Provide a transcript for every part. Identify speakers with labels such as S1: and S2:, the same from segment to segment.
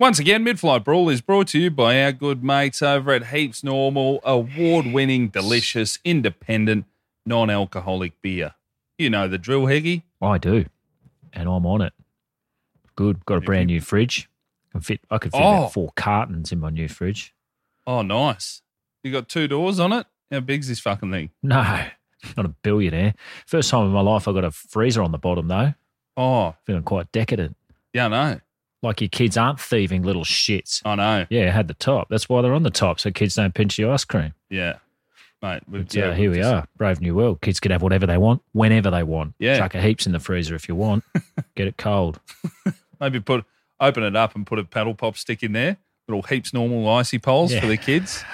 S1: Once again, Midflight Brawl is brought to you by our good mates over at Heaps Normal, award winning, delicious, independent, non alcoholic beer. You know the drill, Heggy.
S2: I do, and I'm on it. Good. Got a brand new fridge. Can fit. I could fit
S1: Oh.
S2: about four cartons in my new fridge.
S1: Oh, nice. You got two doors on it? How big's this fucking thing?
S2: No, not a billionaire. First time in my life I got a freezer on the bottom though.
S1: Oh,
S2: Feeling quite decadent.
S1: yeah, I know.
S2: Like your kids aren't thieving little shits.
S1: I know.
S2: Yeah, it had the top. That's why they're on the top, so kids don't pinch the ice cream.
S1: Yeah. Mate, we've,
S2: But, yeah,
S1: we've
S2: uh, here we
S1: just-
S2: are. Brave new world. Kids can have whatever they want, whenever they want.
S1: Yeah.
S2: chuck a heaps in the freezer if you want. Get it cold.
S1: Maybe put open it up and put a paddle pop stick in there. Little heaps normal icy poles for
S2: Yeah.
S1: the kids,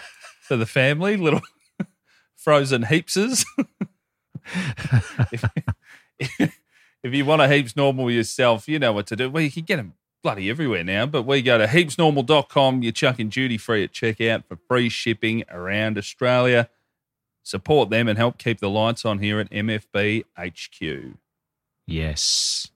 S1: for the family. Little frozen heapses. if, if you want a heaps normal yourself, you know what to do. Well, you can get them bloody everywhere now. But we go to heapsnormal.com. You're chucking duty free at checkout for free shipping around Australia. Support them and help keep the lights on here at MFB HQ.
S2: Yes.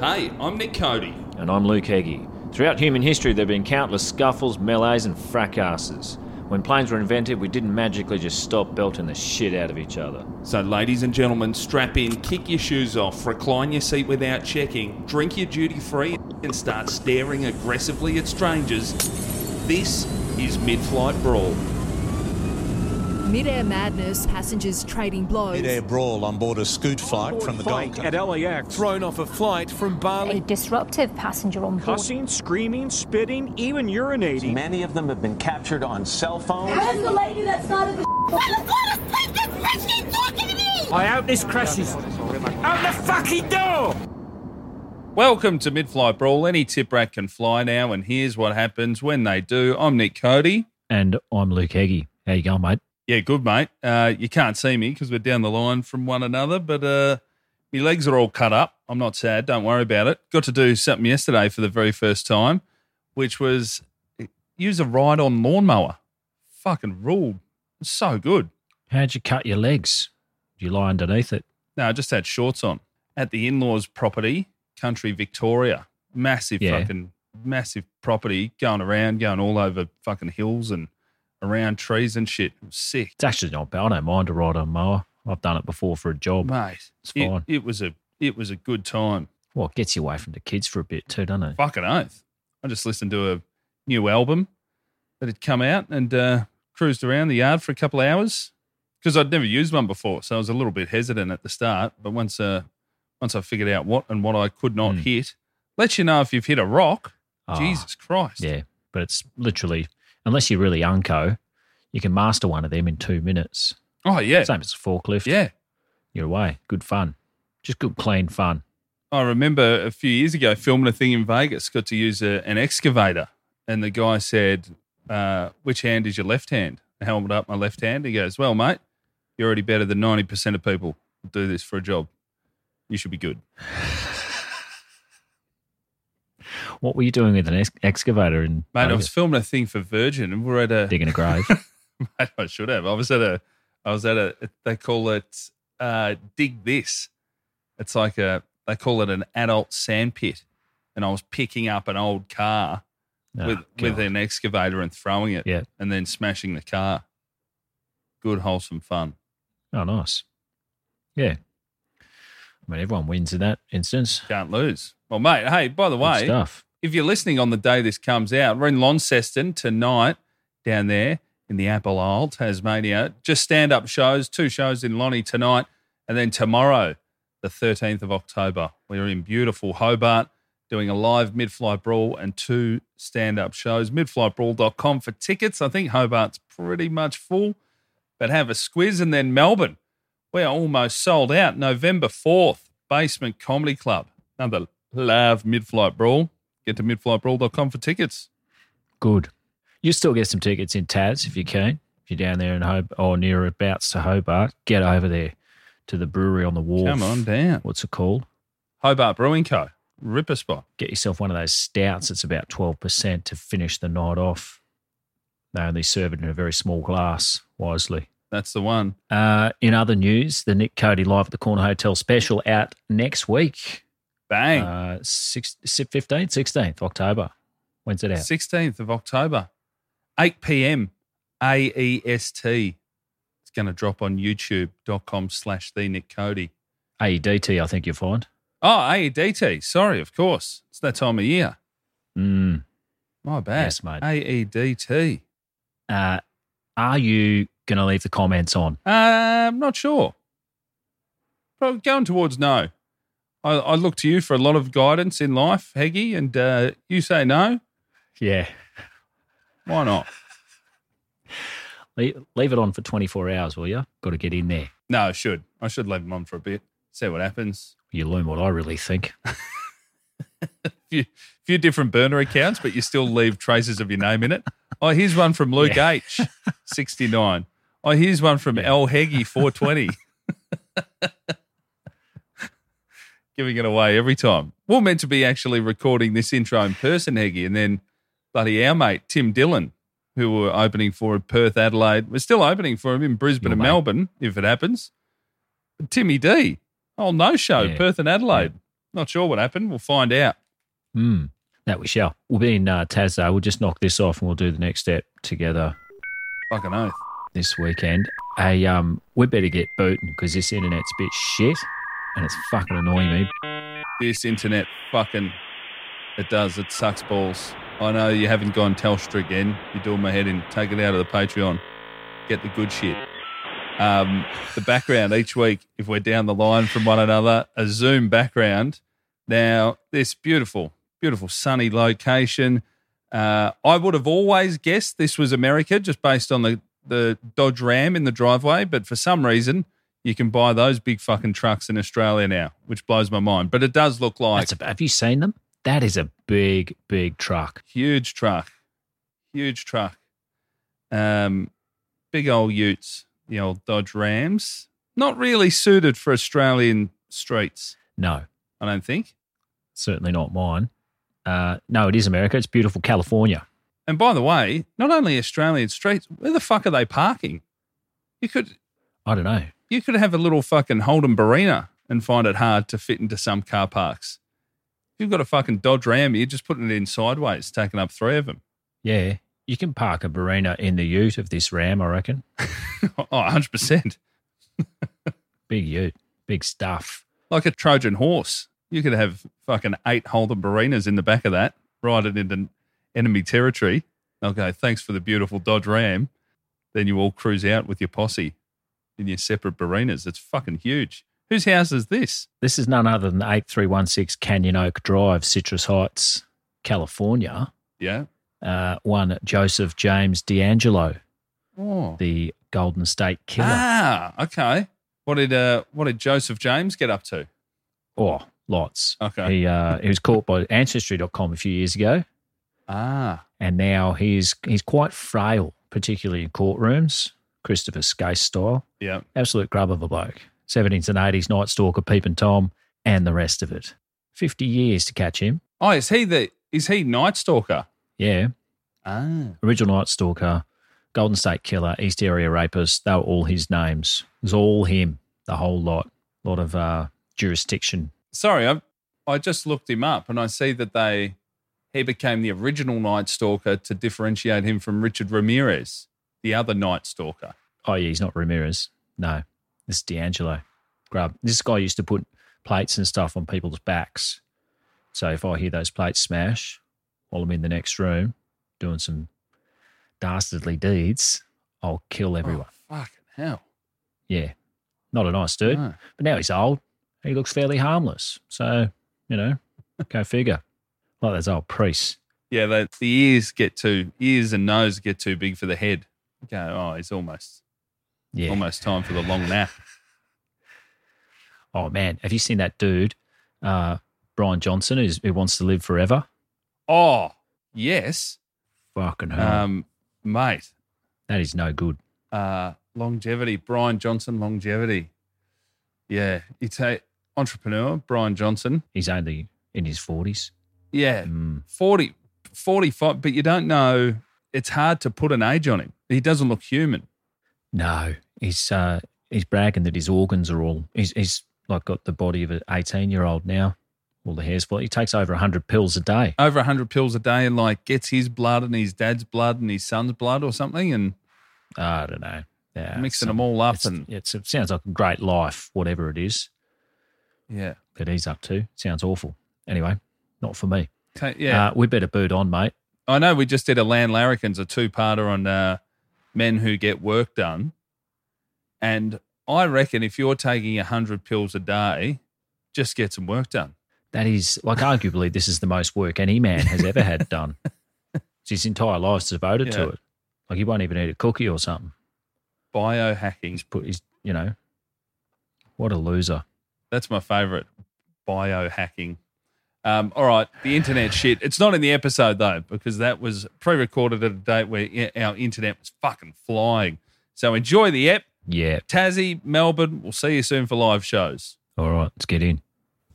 S1: Hey, I'm Nick Cody.
S2: And I'm Luke Heggie. Throughout human history, there have been countless scuffles, melees, and fracasses. When planes were invented, we didn't magically just stop belting the shit out of each other.
S1: So, ladies and gentlemen, strap in, kick your shoes off, recline your seat without checking, drink your duty free, and start staring aggressively at strangers. This is Mid Flight Brawl.
S3: Midair madness, passengers trading blows.
S4: Mid-air brawl on board a scoot flight from the Gold Coast.
S5: at LAX.
S6: Thrown off a flight from
S7: A
S6: Bali.
S7: disruptive passenger on board.
S5: Cussing, screaming, spitting, even urinating.
S8: Many of them have been captured on cell phones.
S9: Where's the lady that started the
S5: I hope this crashes. Out the fucking door!
S1: Welcome to Mid Flight Brawl. Any tip rat can fly now, and here's what happens when they do. I'm Nick Cody.
S2: And I'm Luke Heggie. How you going, mate?
S1: Yeah, good, mate. Uh, you can't see me because we're down the line from one another, but uh, my legs are all cut up. I'm not sad. Don't worry about it. Got to do something yesterday for the very first time, which was eh, use a ride on lawnmower. Fucking ruled. It's so good.
S2: How'd you cut your legs? Did you lie underneath it?
S1: No, I just had shorts on at the in laws property, Country Victoria. Massive
S2: Yeah.
S1: fucking, massive property going around, going all over fucking hills and around trees and shit. It was sick.
S2: It's actually not bad. I don't mind a ride on a mower. I've done it before for a job.
S1: Mate,
S2: It's
S1: it-
S2: fine.
S1: it was a it was a good time.
S2: Well, it gets you away from the kids for a bit too, doesn't it?
S1: fucking oath. I just listened to a new album that had come out and uh, cruised around the yard for a couple of hours because I'd never used one before, so I was a little bit hesitant at the start. But once uh, once I figured out what and what I could not
S2: Mm.
S1: hit, let you know if you've hit a rock.
S2: Ah,
S1: Jesus Christ!
S2: Yeah, but it's literally, unless you're really unco, you can master one of them in two minutes.
S1: Oh yeah,
S2: Same as a forklift.
S1: yeah.
S2: You're away. Good fun. Just good, clean fun.
S1: I remember a few years ago filming a thing in Vegas, got to use a, an excavator. And the guy said, uh, Which hand is your left hand? I held up my left hand. He goes, Well, mate, you're already better than 90% of people who do this for a job. You should be good.
S2: What were you doing with an ex- excavator and
S1: Mate, I was filming a thing for Virgin and we're at a.
S2: digging a grave?
S1: Mate, I should have. I was at a, I was at a, they call it uh, Dig This. It's like a, they call it an adult sand pit. And I was picking up an old car
S2: Oh,
S1: with, with
S2: God.
S1: an excavator and throwing it
S2: Yeah.
S1: and then smashing the car. Good, wholesome fun.
S2: Oh, nice. Yeah. I mean, everyone wins in that instance.
S1: Can't lose. Well, mate, hey, by the
S2: Good
S1: way,
S2: stuff.
S1: if you're listening on the day this comes out, we're in Launceston tonight down there in the Apple Isle, Tasmania. Just stand up shows, two shows in Lonnie tonight, and then tomorrow, the 13th of October, we're in beautiful Hobart doing a live mid flight brawl and two stand up shows. Midflightbrawl.com for tickets. I think Hobart's pretty much full, but have a squeeze. And then Melbourne, we're almost sold out November 4th. Basement Comedy Club. Another live mid-flight brawl. Get to midflightbrawl.com for tickets.
S2: Good. You still get some tickets in Taz if you can. If you're down there in Hobart or nearabouts to Hobart, get over there to the brewery on the wharf.
S1: Come on down.
S2: What's it called?
S1: Hobart Brewing Co. Ripper spot.
S2: Get yourself one of those stouts. It's about 12% to finish the night off. They only serve it in a very small glass, wisely.
S1: That's the one.
S2: Uh, in other news, the Nick Cody Live at the Corner Hotel special out next week,
S1: Bang.
S2: uh, six, 15th, 16th October. When's it out?
S1: 16th of October, 8 p.m. AEST. E It's going to drop on youtube.com slash the Nick Cody.
S2: AEDT, E I think you'll find.
S1: Oh, AEDT. Sorry, of course. It's that time of year.
S2: Mm.
S1: My bad. E
S2: Yes, mate.
S1: AEDT.
S2: Uh, are you going to leave the comments on?
S1: Uh, I'm not sure. But going towards no. I, I look to you for a lot of guidance in life, Heggy, and uh, you say no.
S2: Yeah.
S1: Why not?
S2: Leave, leave it on for 24 hours, will you? Got to get in there.
S1: No, I should. I should leave them on for a bit. See what happens.
S2: You learn what I really think.
S1: few, few different burner accounts, but you still leave traces of your name in it. Oh, here's one from Luke H, 69. Oh, here's one from L Heggie, 420. Giving it away every time. We're meant to be actually recording this intro in person, Heggie, and then bloody our mate, Tim Dillon, who we're opening for in Perth, Adelaide. We're still opening for him in Brisbane
S2: Your
S1: and
S2: mate.
S1: Melbourne, if it happens. But Timmy D, oh, no show,
S2: Yeah.
S1: Perth and Adelaide. Not sure what happened. We'll find out.
S2: Hmm. That we shall. We'll be in uh, Taz, though. We'll just knock this off and we'll do the next step together
S1: Fucking oath.
S2: this weekend. Hey, um, we better get booting because this internet's a bit shit and it's fucking annoying me.
S1: this internet fucking it does it sucks balls i know you haven't gone telstra again you're doing my head in take it out of the patreon get the good shit um, the background each week if we're down the line from one another a zoom background now this beautiful beautiful sunny location uh, i would have always guessed this was america just based on the, the dodge ram in the driveway but for some reason you can buy those big fucking trucks in australia now which blows my mind but it does look like
S2: That's a, have you seen them? That is a big, big truck.
S1: huge truck, huge truck. Um, big old Utes, the old Dodge Rams. Not really suited for Australian streets,
S2: No,
S1: I don't think.
S2: certainly not mine. Uh, no, it is America. It's beautiful California.
S1: And by the way, not only Australian streets, where the fuck are they parking? You could
S2: I don't know.
S1: you could have a little fucking Holden Barina and find it hard to fit into some car parks. If you've got a fucking Dodge Ram, you're just putting it in sideways, taking up three of them.
S2: Yeah, you can park a Barina in the ute of this Ram, I reckon.
S1: oh, 100%.
S2: Big ute, big stuff.
S1: like a Trojan horse. You could have fucking eight Holden Barinas in the back of that, ride it into enemy territory. They'll go, thanks for the beautiful Dodge Ram. Then you all cruise out with your posse in your separate Barinas. It's fucking huge. Whose house is this?
S2: This is none other than 8316 Canyon Oak Drive, Citrus Heights, California.
S1: Yeah.
S2: Uh, one Joseph James D'Angelo,
S1: Oh.
S2: the Golden State Killer.
S1: Ah, okay. What did uh, what did Joseph James get up to?
S2: Oh, lots.
S1: Okay.
S2: He, uh, he was caught by Ancestry.com a few years ago,
S1: Ah,
S2: and now he's, he's quite frail, particularly in courtrooms, Christopher Skase style.
S1: yeah.
S2: absolute grub of a bloke. 70s and 80s, Night Stalker, Peep and Tom, and the rest of it. 50 years to catch him.
S1: Oh, is he the is he Night Stalker?
S2: Yeah.
S1: Ah,
S2: Original Night Stalker, Golden State Killer, East Area Rapist, they were all his names. It was all him, the whole lot. lot of uh, jurisdiction.
S1: sorry, I I just looked him up and I see that they he became the original Night Stalker to differentiate him from Richard Ramirez, the other Night Stalker.
S2: Oh, yeah, he's not Ramirez. No, this is D'Angelo. Grub. This guy used to put plates and stuff on people's backs. So if I hear those plates smash while I'm in the next room doing some dastardly deeds, I'll kill everyone.
S1: Oh, fucking hell.
S2: Yeah. Not a nice dude.
S1: No.
S2: But now he's old. He looks fairly harmless. So, you know, go figure. Like those old priests.
S1: Yeah, the, the ears get too ears and nose get too big for the head. Okay, oh, it's almost
S2: Yeah.
S1: almost time for the long nap.
S6: Oh man, have you seen that dude, uh, Brian Johnson, who's, who wants to live forever?
S1: Oh, yes.
S6: Fucking
S2: Uh-huh.
S6: hell,
S1: Um, mate,
S6: that is no good.
S1: uh, longevity. Brian Johnson, longevity. Yeah, it's a entrepreneur, Brian Johnson.
S6: He's only in his forties.
S1: Yeah,
S6: Mm.
S1: 40, 45, but you don't know. It's hard to put an age on him. He doesn't look human.
S6: No, he's uh, he's bragging that his organs are all. He's, he's like got the body of an eighteen-year-old now. All the hairs fall. He takes over hundred pills a day.
S1: Over 100 pills a day and like gets his blood and his dad's blood and his son's blood or something and
S6: I don't know. Ah, Yeah,
S1: mixing
S6: some-
S1: them all up.
S6: it's,
S1: And
S6: it's, it sounds like a great life, whatever it is
S1: yeah,
S6: that he's up to. Sounds awful. Anyway, not for me.
S1: Ta- yeah.
S6: Uh, we better boot on, mate.
S1: I know we just did a Land Larrikins, a two parter on uh, men who get work done. And I reckon if you're taking 100 pills a day, just get some work done.
S6: That is like arguably this is the most work any man has ever had done. His entire life's devoted
S1: Yeah.
S6: to it. Like he won't even eat a cookie or something.
S1: Biohacking.
S6: He's put his, you know, what a loser.
S1: That's my favorite. Biohacking. Um, all right, the internet shit. It's not in the episode though, because that was pre recorded at a date where i- our internet was fucking flying. So enjoy the app.
S6: Yeah.
S1: Tassie, Melbourne, we'll see you soon for live shows.
S6: All right, let's get in.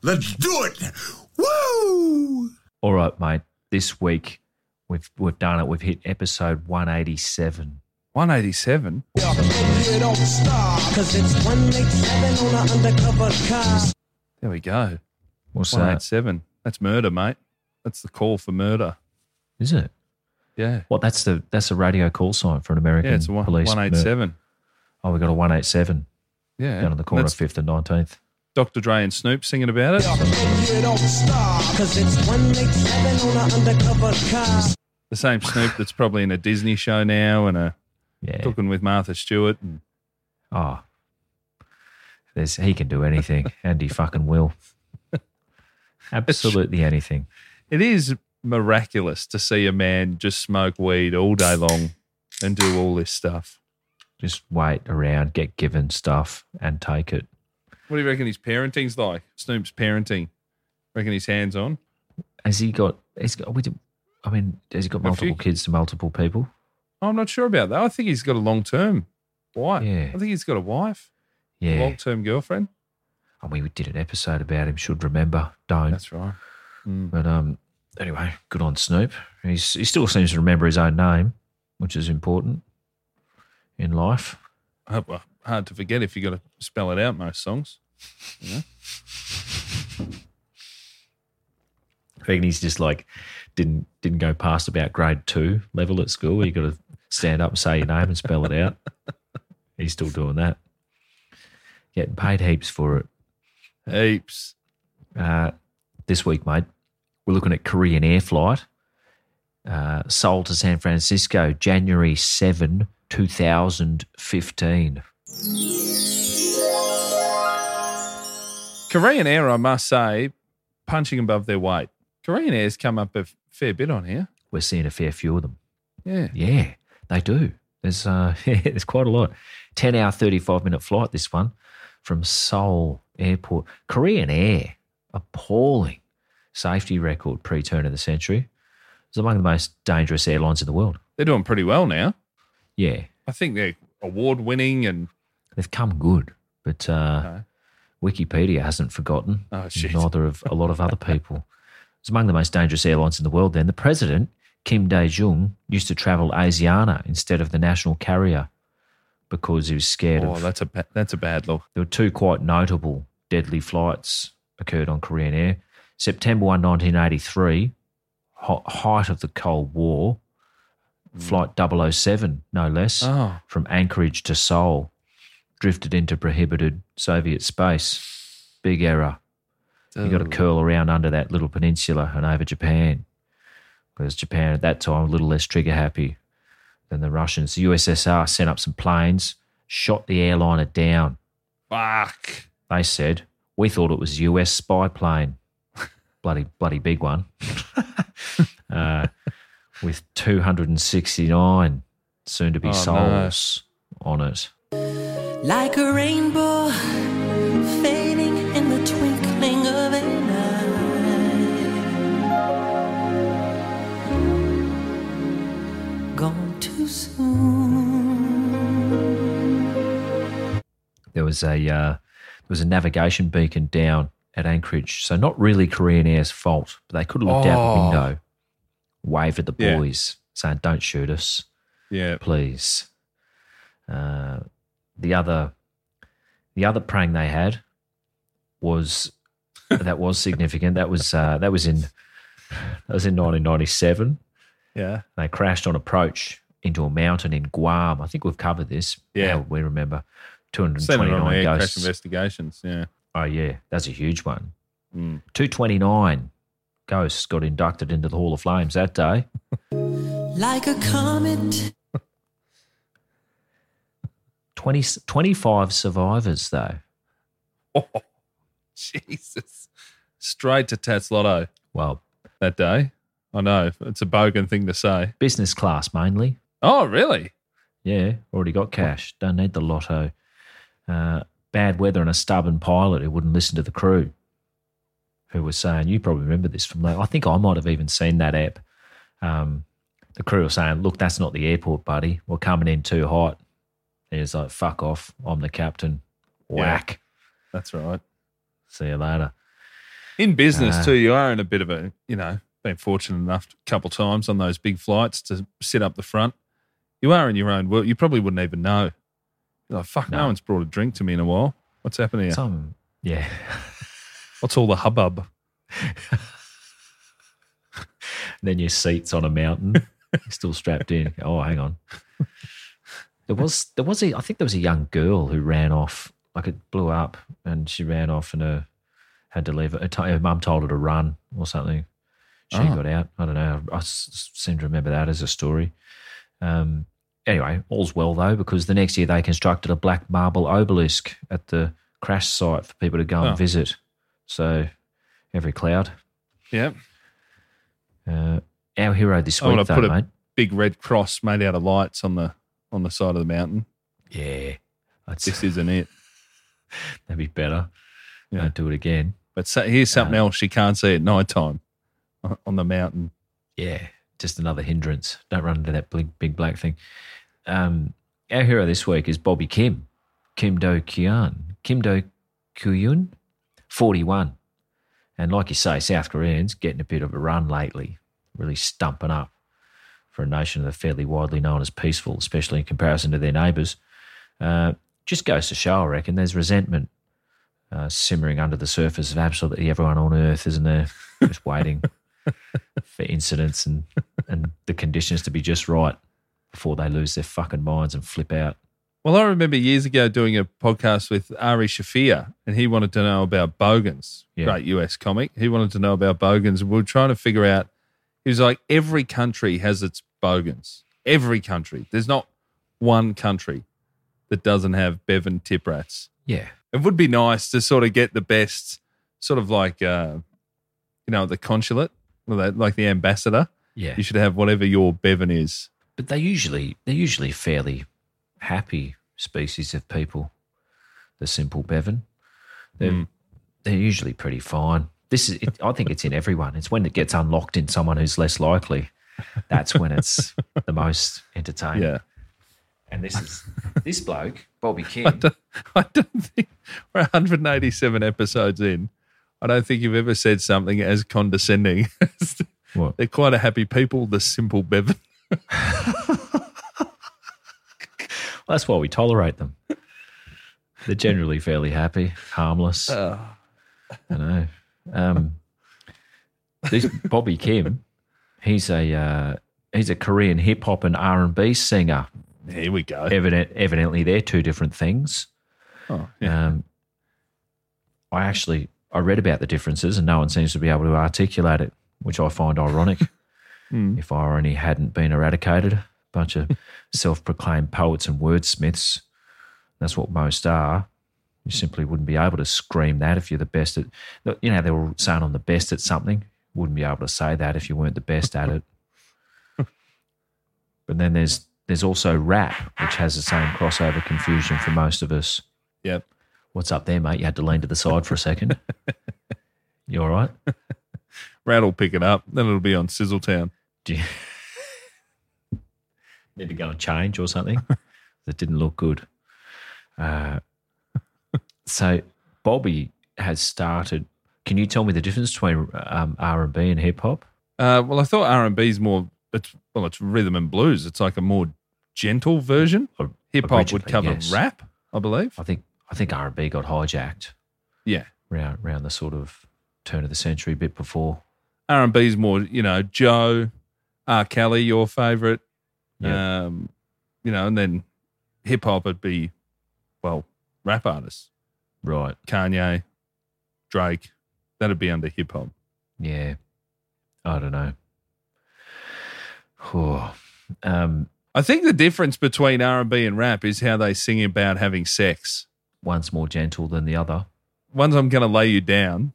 S4: Let's do it. Woo!
S2: All right, mate. This week we've we've done it. We've hit episode 187.
S1: 187. There we go.
S2: What's that?
S1: 187. That's murder, mate. That's the call for murder.
S2: Is it?
S1: Yeah.
S2: Well, that's the that's a radio call sign for an American
S1: Yeah, it's one,
S2: police. mur-
S1: 187.
S2: Oh, we got a 187
S1: Yeah.
S2: down on the corner of
S1: That's
S2: Fifth and Nineteenth.
S1: Dr. Dre and Snoop singing about it. The same Snoop that's probably in a Disney show now and a
S2: Yeah.
S1: cooking with Martha Stewart. And
S2: Oh, there's he can do anything, and he fucking will. Absolutely anything.
S1: it is miraculous to see a man just smoke weed all day long and do all this stuff.
S2: Just wait around, get given stuff, and take it.
S1: What do you reckon his parenting's like? Snoop's parenting. Reckon he's hands on?
S2: Has he got? He's got. We do, I mean, has he got
S1: A few-
S2: multiple kids to multiple people?
S1: I'm not sure about that. I think he's got a long term wife.
S2: Yeah.
S1: I think he's got a wife, a
S2: Yeah.
S1: long term girlfriend.
S2: I mean, we did an episode about him. Should remember. Don't.
S1: That's right.
S2: But um, anyway, good on Snoop. He's, he still seems to remember his own name, which is important in life.
S1: Uh, well, hard to forget if you got to spell it out most songs.
S2: I reckon he's just like didn't didn't go past about grade two level at school. Where you got to stand up and say your name and spell it out. He's still doing that, getting paid heaps for it.
S1: Heaps.
S2: Uh, this week, mate, we're looking at Korean air flight. Uh, Seoul to San Francisco, January 7, 2015.
S1: Korean Air, I must say, punching above their weight. Korean Air's come up a f- fair bit on here.
S2: We're seeing a fair few of them.
S1: Yeah.
S2: Yeah, they do. There's uh, there's quite a lot. Ten hour, thirty five minute flight. This one from Seoul Airport, Korean Air. Appalling safety record pre turn of the century. It's among the most dangerous airlines in the world.
S1: They're doing pretty well now.
S2: Yeah,
S1: I think they're award winning and
S2: they've come good, but uh,
S1: No.
S2: Wikipedia hasn't forgotten.
S1: Oh, shit.
S2: Neither of a lot of other people. It's among the most dangerous airlines in the world. Then the president Kim Dae Jung used to travel Asiana instead of the national carrier because he was scared
S1: oh,
S2: of.
S1: that's a ba- that's a bad look.
S2: There were two quite notable deadly flights occurred on Korean Air. September 1, 1983, ho- height of the Cold War, Flight 007, no less,
S1: Oh.
S2: from Anchorage to Seoul, drifted into prohibited Soviet space. Big error. you
S1: Oh.
S2: got to curl around under that little peninsula and over Japan. Because Japan at that time, a little less trigger happy than the Russians. The USSR sent up some planes, shot the airliner down.
S1: Fuck.
S2: They said, we thought it was a US spy plane. bloody, bloody big one. uh, with 269 soon to be
S1: Oh, no.
S2: souls on it.
S9: Like a rainbow fading
S2: There was a uh, there was a navigation beacon down at Anchorage, so not really Korean Air's fault, but they could have looked out the
S1: Oh.
S2: window, wave at the
S1: Yeah.
S2: boys, saying, "Don't shoot us."
S1: Yeah.
S2: please. Uh, the other, the other prang they had was that was significant. That was uh, that was in that was in 1997.
S1: Yeah.
S2: They crashed on approach into a mountain in Guam. I think we've covered this.
S1: Yeah.
S2: Now we remember
S1: Seen it on
S2: 229
S1: air crash
S2: ghosts.
S1: investigations. Yeah.
S2: Oh yeah, that's a huge one.
S1: Mm.
S2: 229 ghosts got inducted into the Hall of Flames that day.
S9: Like a comet.
S2: 20, 25 survivors though.
S1: Oh, Jesus. Straight to Tats Lotto
S2: Well,
S1: that day. I know. It's a bogan thing to say.
S2: business class mainly.
S1: Oh, really?
S2: Yeah, already got cash. Don't need the lotto. Uh, bad weather and a stubborn pilot who wouldn't listen to the crew, who was saying, "You probably remember this from that." I think I might have even seen that app. Um, the crew were saying, "Look, that's not the airport, buddy. We're coming in too hot." And he's like, "Fuck off! I'm the captain." Whack.
S1: That's right.
S2: See you later.
S1: In business
S2: Ah.
S1: too, you are in a bit of a you know been fortunate enough a couple times on those big flights to sit up the front. You are in your own world. You probably wouldn't even know. You're like fuck, no.
S2: No.
S1: one's brought a drink to me in a while. What's happening here?
S2: Some, yeah.
S1: What's all the hubbub?
S2: then your seat's on a mountain, you're still strapped in. Oh, hang on. There was there was a I think there was a young girl who ran off. Like it blew up, and she ran off, and her had to leave. Her, t- her mum told her to run or something. She
S1: Oh.
S2: got out. I don't know. I s- seem to remember that as a story. Um, anyway, all's well though, because the next year they constructed a black marble obelisk at the crash site for people to go
S1: Oh.
S2: and visit. So every cloud.
S1: Yeah,
S2: Uh, our hero this
S1: I
S2: week,
S1: want to
S2: though,
S1: put a
S2: mate.
S1: big red cross made out of lights on the on the side of the mountain.
S2: Yeah, that's,
S1: This isn't it.
S2: that'd be better.
S1: Yeah.
S2: Don't do it again.
S1: But so, here's something else you can't see at night time on- on the mountain.
S2: Yeah, just another hindrance. Don't run into that big, big black thing. Um, our hero this week is Bobby Kim, Kim Do Kyun, Kim Do Kyun, forty-one, and like you say, South Koreans getting a bit of a run lately, really stumping up for a nation that are fairly widely known as peaceful, especially in comparison to their neighbours. Uh, just goes to show, I reckon, there's resentment uh, simmering under the surface of absolutely everyone on earth, isn't there? Just waiting for incidents and, and the conditions to be just right before they lose their fucking minds and flip out.
S1: Well, I remember years ago doing a podcast with Ari Shafir, and he wanted to know about Bogans,
S2: Yeah.
S1: great US comic. He wanted to know about Bogans, and we were trying to figure out. He was like, every country has its Bogans. Every country. There's not one country that doesn't have Bevan tip rats.
S2: Yeah.
S1: It would be nice to sort of get the best, sort of like, uh, you know, the consulate, or the, like the ambassador.
S2: Yeah.
S1: You should have whatever your Bevan is.
S2: But they usually they're usually fairly happy species of people. The simple Bevan, they're they're usually pretty fine. This is it, I think it's in everyone. It's when it gets unlocked in someone who's less likely. That's when it's the most entertaining.
S1: Yeah.
S2: And this is this bloke Bobby King.
S1: I don't think we're 187 episodes in. I don't think you've ever said something as condescending. as the-
S2: What?
S1: They're quite a happy people, the simple Bevan.
S2: That's why we tolerate them. They're generally fairly happy, harmless.
S1: Uh.
S2: I know. Um, this Bobby Kim, he's a uh, he's a Korean hip hop and R and B singer.
S1: Here we go.
S2: Evident, evidently, they're two different things.
S1: Oh,
S2: Um, I actually I read about the differences, and no one seems to be able to articulate it, which I find ironic. Hmm. If irony hadn't been eradicated, a bunch of self-proclaimed poets and wordsmiths. That's what most are. You simply wouldn't be able to scream that if you're the best at. You know, they were saying I'm the best at something. Wouldn't be able to say that if you weren't the best at it. but then there's there's also rap, which has the same crossover confusion for most of us.
S1: Yep.
S2: What's up there, mate? You had to lean to the side for a second. you all right?
S1: Rat'll pick it up. Then it'll be on Sizzletown.
S2: Do you, Need to go and change or something. that didn't look good. Uh, so Bobby has started. Can you tell me the difference between um, R and B and hip hop?
S1: Uh, well, I thought R and B is more. It's well, it's rhythm and blues. It's like a more gentle version. Hip hop would
S2: Originally,
S1: cover
S2: yes.
S1: rap, I believe.
S2: I think I think R and B got hijacked
S1: Yeah,
S2: round round the sort of turn of the century, a bit before.
S1: R and B is more. You know, Joe, R. Kelly, your favorite.
S2: Yeah.
S1: Um, you know, and then hip hop would be, well, rap artists,
S2: Right.
S1: Kanye, Drake. That'd be under hip hop.
S2: Yeah. I don't know. Oh, um,
S1: I think the difference between R and B and rap is how they sing about having sex.
S2: one's more gentle than the other.
S1: One's I'm gonna lay you down,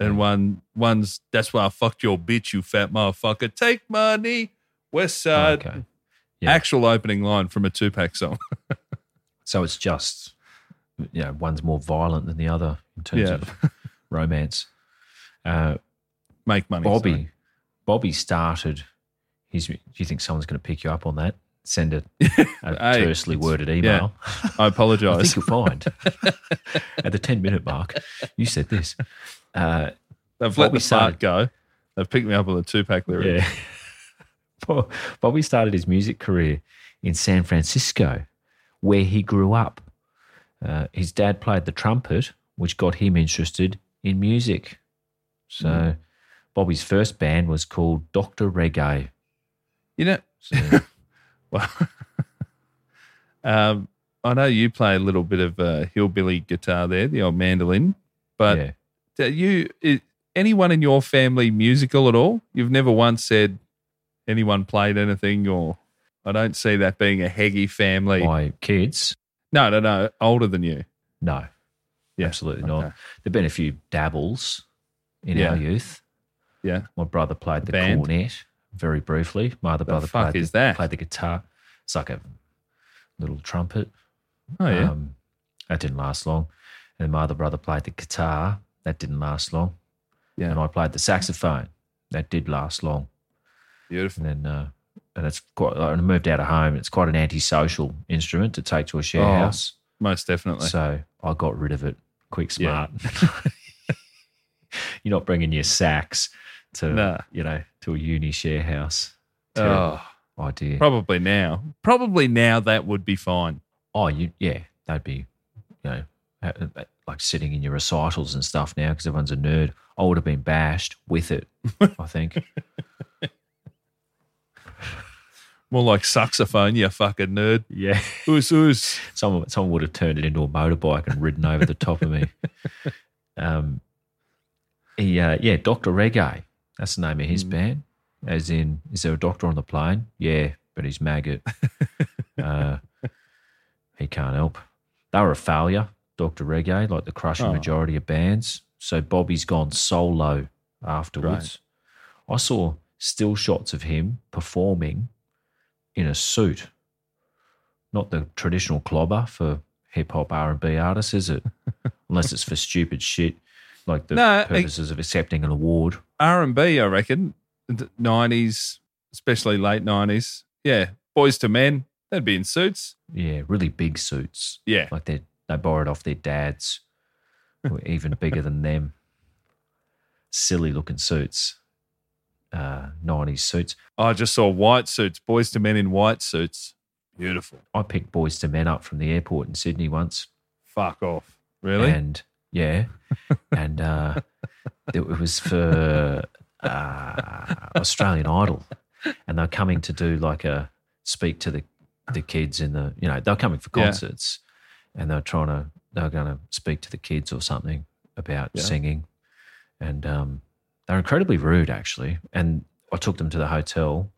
S2: Mm.
S1: and one one's that's why I fucked your bitch, you fat motherfucker. Take money, West Side.
S2: okay. yeah.
S1: Actual opening line from a two pack song.
S2: So it's just, you know, one's more violent than the other in terms
S1: Yeah.
S2: of romance. Uh,
S1: Make money,
S2: Bobby,
S1: sorry.
S2: Bobby started. His, do you think someone's going to pick you up on that? Send a, a
S1: Hey,
S2: tersely
S1: it's-
S2: worded email.
S1: I
S2: I
S1: apologize.
S2: think you'll find at the ten minute mark. You said this. Uh,
S1: They've let
S2: Bobby
S1: the fart
S2: started-
S1: go. They've picked me up on the two pack lyric.
S2: Yeah. Bo- Bobby started his music career in San Francisco, where he grew up. Uh, his dad played the trumpet, which got him interested in music. So
S1: Mm.
S2: Bobby's first band was called Dr. Reggae.
S1: You know,
S2: So,
S1: well, um, I know you play a little bit of uh, hillbilly guitar there, the old mandolin, but
S2: yeah.
S1: Do you is anyone in your family musical at all? You've never once said anyone played anything, or I don't see that being a Heggy family.
S2: my kids,
S1: No, no, no, older than you.
S2: no,
S1: Yeah,
S2: absolutely not.
S1: okay.
S2: There've been a few dabbles in
S1: Yeah.
S2: our youth.
S1: Yeah,
S2: My brother played the,
S1: band?
S2: cornet very briefly. My other
S1: The
S2: brother
S1: fuck
S2: played,
S1: is
S2: the,
S1: that?
S2: played the guitar. It's like a little trumpet.
S1: oh yeah,
S2: Um, that didn't last long. And my other brother played the guitar. That didn't last long.
S1: Yeah.
S2: And I played the saxophone. That did last long.
S1: beautiful.
S2: And then, uh, and it's quite, I moved out of home. It's quite an antisocial instrument to take to a share
S1: Oh,
S2: house.
S1: Most definitely.
S2: So I got rid of it quick
S1: Yeah.
S2: smart. You're not bringing your sacks to,
S1: Nah.
S2: you know, to a uni share house. Terrible
S1: oh,
S2: idea.
S1: probably now. Probably now that would be fine.
S2: Oh, you yeah, that'd be, you know, uh, uh, like sitting in your recitals and stuff now because everyone's a nerd. I would have been bashed with it. I think.
S1: More like saxophone, you fucking nerd.
S2: yeah,
S1: Oos, oos.
S2: someone someone would have turned it into a motorbike and ridden over the top of me. Um, he, uh, yeah, Doctor Reggae. That's the name of his band. As in, is there a doctor on the plane? Yeah, but he's maggot. uh, he can't help. They were a failure, Doctor Reggae, like the crushing
S1: Oh.
S2: majority of bands. So Bobby's gone solo afterwards. I saw still shots of him performing in a suit. Not the traditional clobber for hip hop R and B artists, is it? Unless it's for stupid shit, like the
S1: No, it-
S2: purposes of accepting an award.
S1: R and B, I reckon. Nineties, especially late nineties. Yeah, boys to men. They'd be in suits.
S2: Yeah, really big suits.
S1: Yeah.
S2: Like they they borrowed off their dads, who were even bigger than them. Silly looking suits, uh, 90s suits.
S1: I just saw white suits, boys to men in white suits. Beautiful.
S2: I picked boys to men up from the airport in Sydney once.
S1: Fuck off. Really?
S2: And yeah, and uh, it, it was for uh, Australian Idol, and they're coming to do like a speak to the the kids in the you know they're coming for
S1: Yeah.
S2: concerts, and they're trying to they're going to speak to the kids or something about
S1: Yeah.
S2: singing, and um, they're incredibly rude actually. And I took them to the hotel,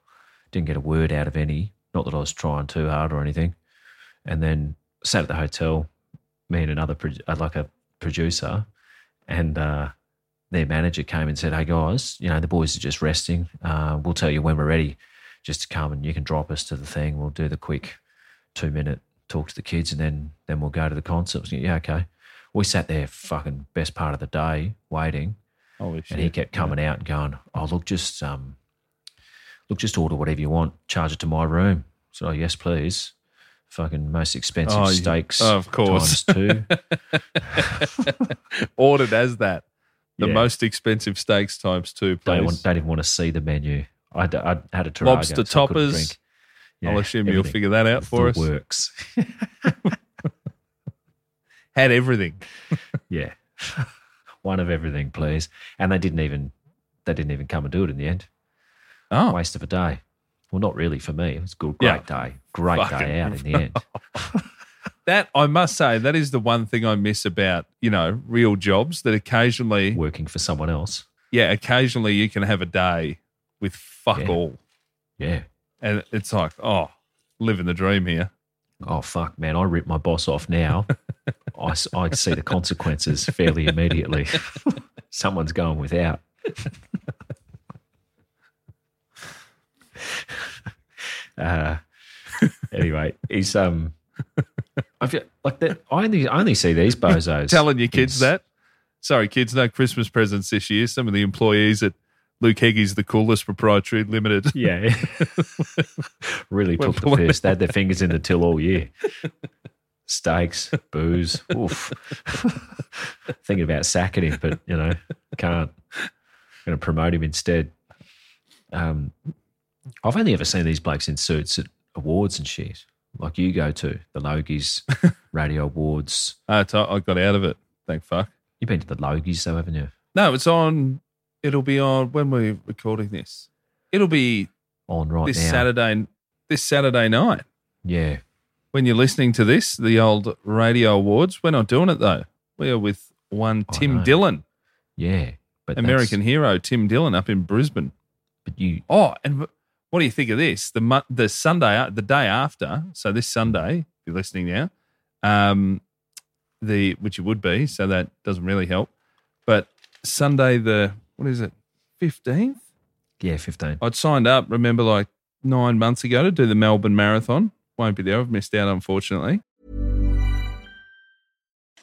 S2: didn't get a word out of any. Not that I was trying too hard or anything. And then sat at the hotel, me and another pro- uh, like a producer, and uh, their manager came and said, "Hey guys, you know the boys are just resting. Uh, we'll tell you when we're ready, just to come and you can drop us to the thing. We'll do the quick two minute talk to the kids, and then then we'll go to the concert." I was like, yeah, okay. We sat there, fucking best part of the day, waiting.
S1: Holy shit.
S2: And he kept coming out and going, "Oh, look, just um, look, just order whatever you want. Charge it to my room." It's So, oh, yes, please. Fucking most expensive
S1: Oh, you-
S2: steaks.
S1: of course.
S2: Times two.
S1: Ordered as that. The
S2: Yeah.
S1: most expensive steaks times two, please.
S2: don't, want, don't even want to see the menu. I, d- I had a Tarago,
S1: Lobster
S2: so I couldn't
S1: toppers.
S2: drink.
S1: I'll
S2: Yeah,
S1: assume you'll
S2: everything.
S1: figure that out for us.
S2: the works.
S1: Had everything.
S2: Yeah. One of everything, please. And they didn't even they didn't even come and do it in the end.
S1: Oh,
S2: Waste of a day. Well, not really for me. It was a good,
S1: Yeah.
S2: great day. Great
S1: Fucking-
S2: day out in the end.
S1: that I must say, that is the one thing I miss about you know real jobs. That occasionally,
S2: Working for someone else.
S1: yeah, occasionally you can have a day with fuck
S2: Yeah.
S1: all,
S2: Yeah.
S1: and it's like, oh, living the dream here.
S2: Oh fuck, man! I rip my boss off now. I, s- I see the consequences fairly immediately. Someone's going without. uh, anyway, he's um. I feel like that. I only I only see these bozos
S1: Telling your kids
S2: Yes.
S1: that. Sorry, kids, no Christmas presents this year. Some of the employees at Luke Heggie's The Coolest Proprietary Limited.
S2: Yeah, really
S1: When-
S2: took the
S1: when-
S2: piss. They had their fingers in the till all year. Steaks, booze, oof. Thinking about sacking him, but you know, can't. Going to promote him instead. Um, I've only ever seen these blokes in suits at awards and shit, like you go to the Logies, Radio Awards.
S1: Uh, so I got out of it. Thank fuck.
S2: You've been to the Logies though, haven't you?
S1: No, it's on. It'll be on when we're recording this. It'll be
S2: On right
S1: this
S2: now.
S1: Saturday. This Saturday night.
S2: Yeah,
S1: when you're listening to this, the old radio awards. We're not doing it though. We are with one
S2: I
S1: Tim
S2: know.
S1: Dillon,
S2: yeah. But that's-
S1: American hero Tim Dillon up in Brisbane.
S2: But you,
S1: Oh, and wh- what do you think of this? The mo- the Sunday uh, the day after, so this Sunday, if you're listening now, um, the which you would be, so that doesn't really help. But Sunday the what is it, fifteenth?
S2: yeah, fifteen.
S1: I'd signed up, remember, like nine months ago to do the Melbourne Marathon. Won't be there. I've missed out, unfortunately.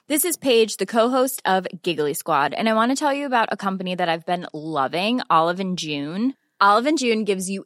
S10: This is Paige, the co-host of Giggly Squad, and I want to tell you about a company that I've been loving, Olive and June. Olive and June gives you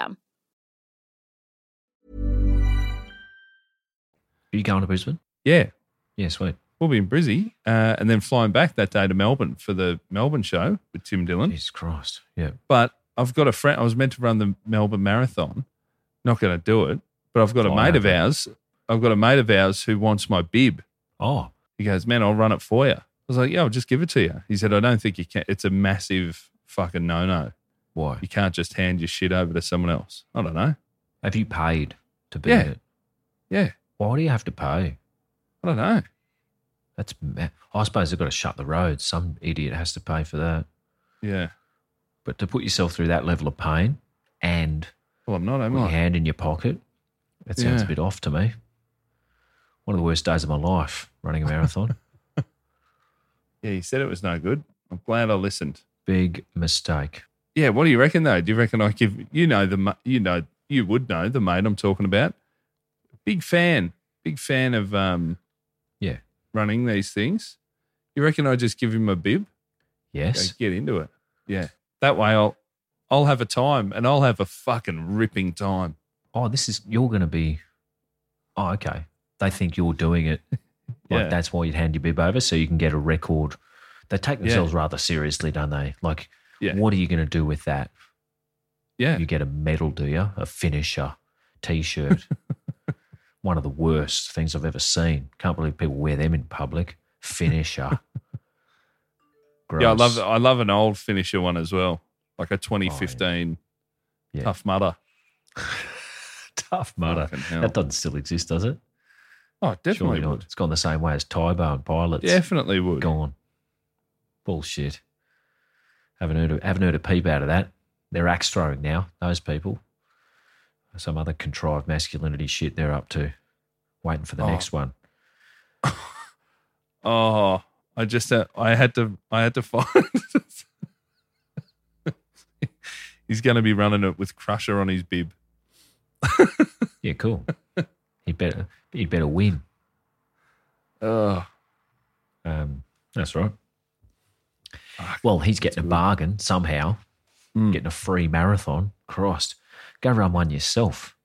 S2: Are you going to Brisbane?
S1: Yeah,
S2: Yeah, sweet.
S1: We'll be in Brizzy uh, and then flying back that day to Melbourne for the Melbourne show with Tim Dillon.
S2: Jesus Christ. Yeah.
S1: But I've got a friend, I was meant to run the Melbourne Marathon, not going to do it, but I've got a
S2: Oh,
S1: mate of
S2: okay.
S1: ours. I've got a mate of ours who wants my bib.
S2: Oh,
S1: He goes, Man, I'll run it for you. I was like, Yeah, I'll just give it to you. He said, I don't think you can. It's a massive fucking no no.
S2: why?
S1: You can't just hand your shit over to someone else. I don't know.
S2: Have you paid to be
S1: Yeah.
S2: in it?
S1: Yeah,
S2: Why do you have to pay?
S1: I don't know.
S2: That's ma- I suppose they've got to shut the road. Some idiot has to pay for that.
S1: Yeah.
S2: But to put yourself through that level of pain and
S1: Well, I'm not, am
S2: put your
S1: I?
S2: hand in your pocket, that sounds
S1: Yeah.
S2: a bit off to me. One of the worst days of my life running a marathon.
S1: Yeah, he said it was no good. I'm glad I listened.
S2: Big mistake.
S1: Yeah, what do you reckon though? Do you reckon I give you know the ma- you know you would know the mate I'm talking about? Big fan, big fan of um
S2: Yeah.
S1: running these things. You reckon I just give him a bib? Go
S2: Yes.
S1: get into it. Yeah, that way I'll I'll have a time and I'll have a fucking ripping time.
S2: Oh, this is, you're going to be, oh, okay. They think you're doing it. Like
S1: Yeah.
S2: that's why you'd hand your bib over so you can get a record. They take
S1: Yeah.
S2: themselves rather seriously, don't they? Like,
S1: Yeah.
S2: what are you going to do with that?
S1: Yeah,
S2: You get a medal, do you? A finisher t shirt. One of the worst things I've ever seen. Can't believe people wear them in public. Finisher.
S1: yeah. I
S2: Gross. Oh,
S1: love I love an old finisher one as well, like a 2015
S2: Yeah.
S1: Tough Mudder.
S2: Tough mudder.
S1: Fucking hell.
S2: That doesn't still exist, does it?
S1: Oh,
S2: Surely
S1: definitely
S2: not.
S1: would.
S2: It's gone the same way as Tybo and Pilots.
S1: Definitely would.
S2: Gone. Bullshit. Haven't heard a, haven't heard a peep out of that. They're axe throwing now. Those people. Some other contrived masculinity shit they're up to. Waiting for the
S1: Oh.
S2: next one.
S1: Oh, I just uh, I had to I had to find. He's going to be running it with Crusher on his bib.
S2: Yeah, cool. he better he better win.
S1: Oh,
S2: Um, that's right. Well, he's getting a bargain somehow, getting a free marathon. Christ, go run one yourself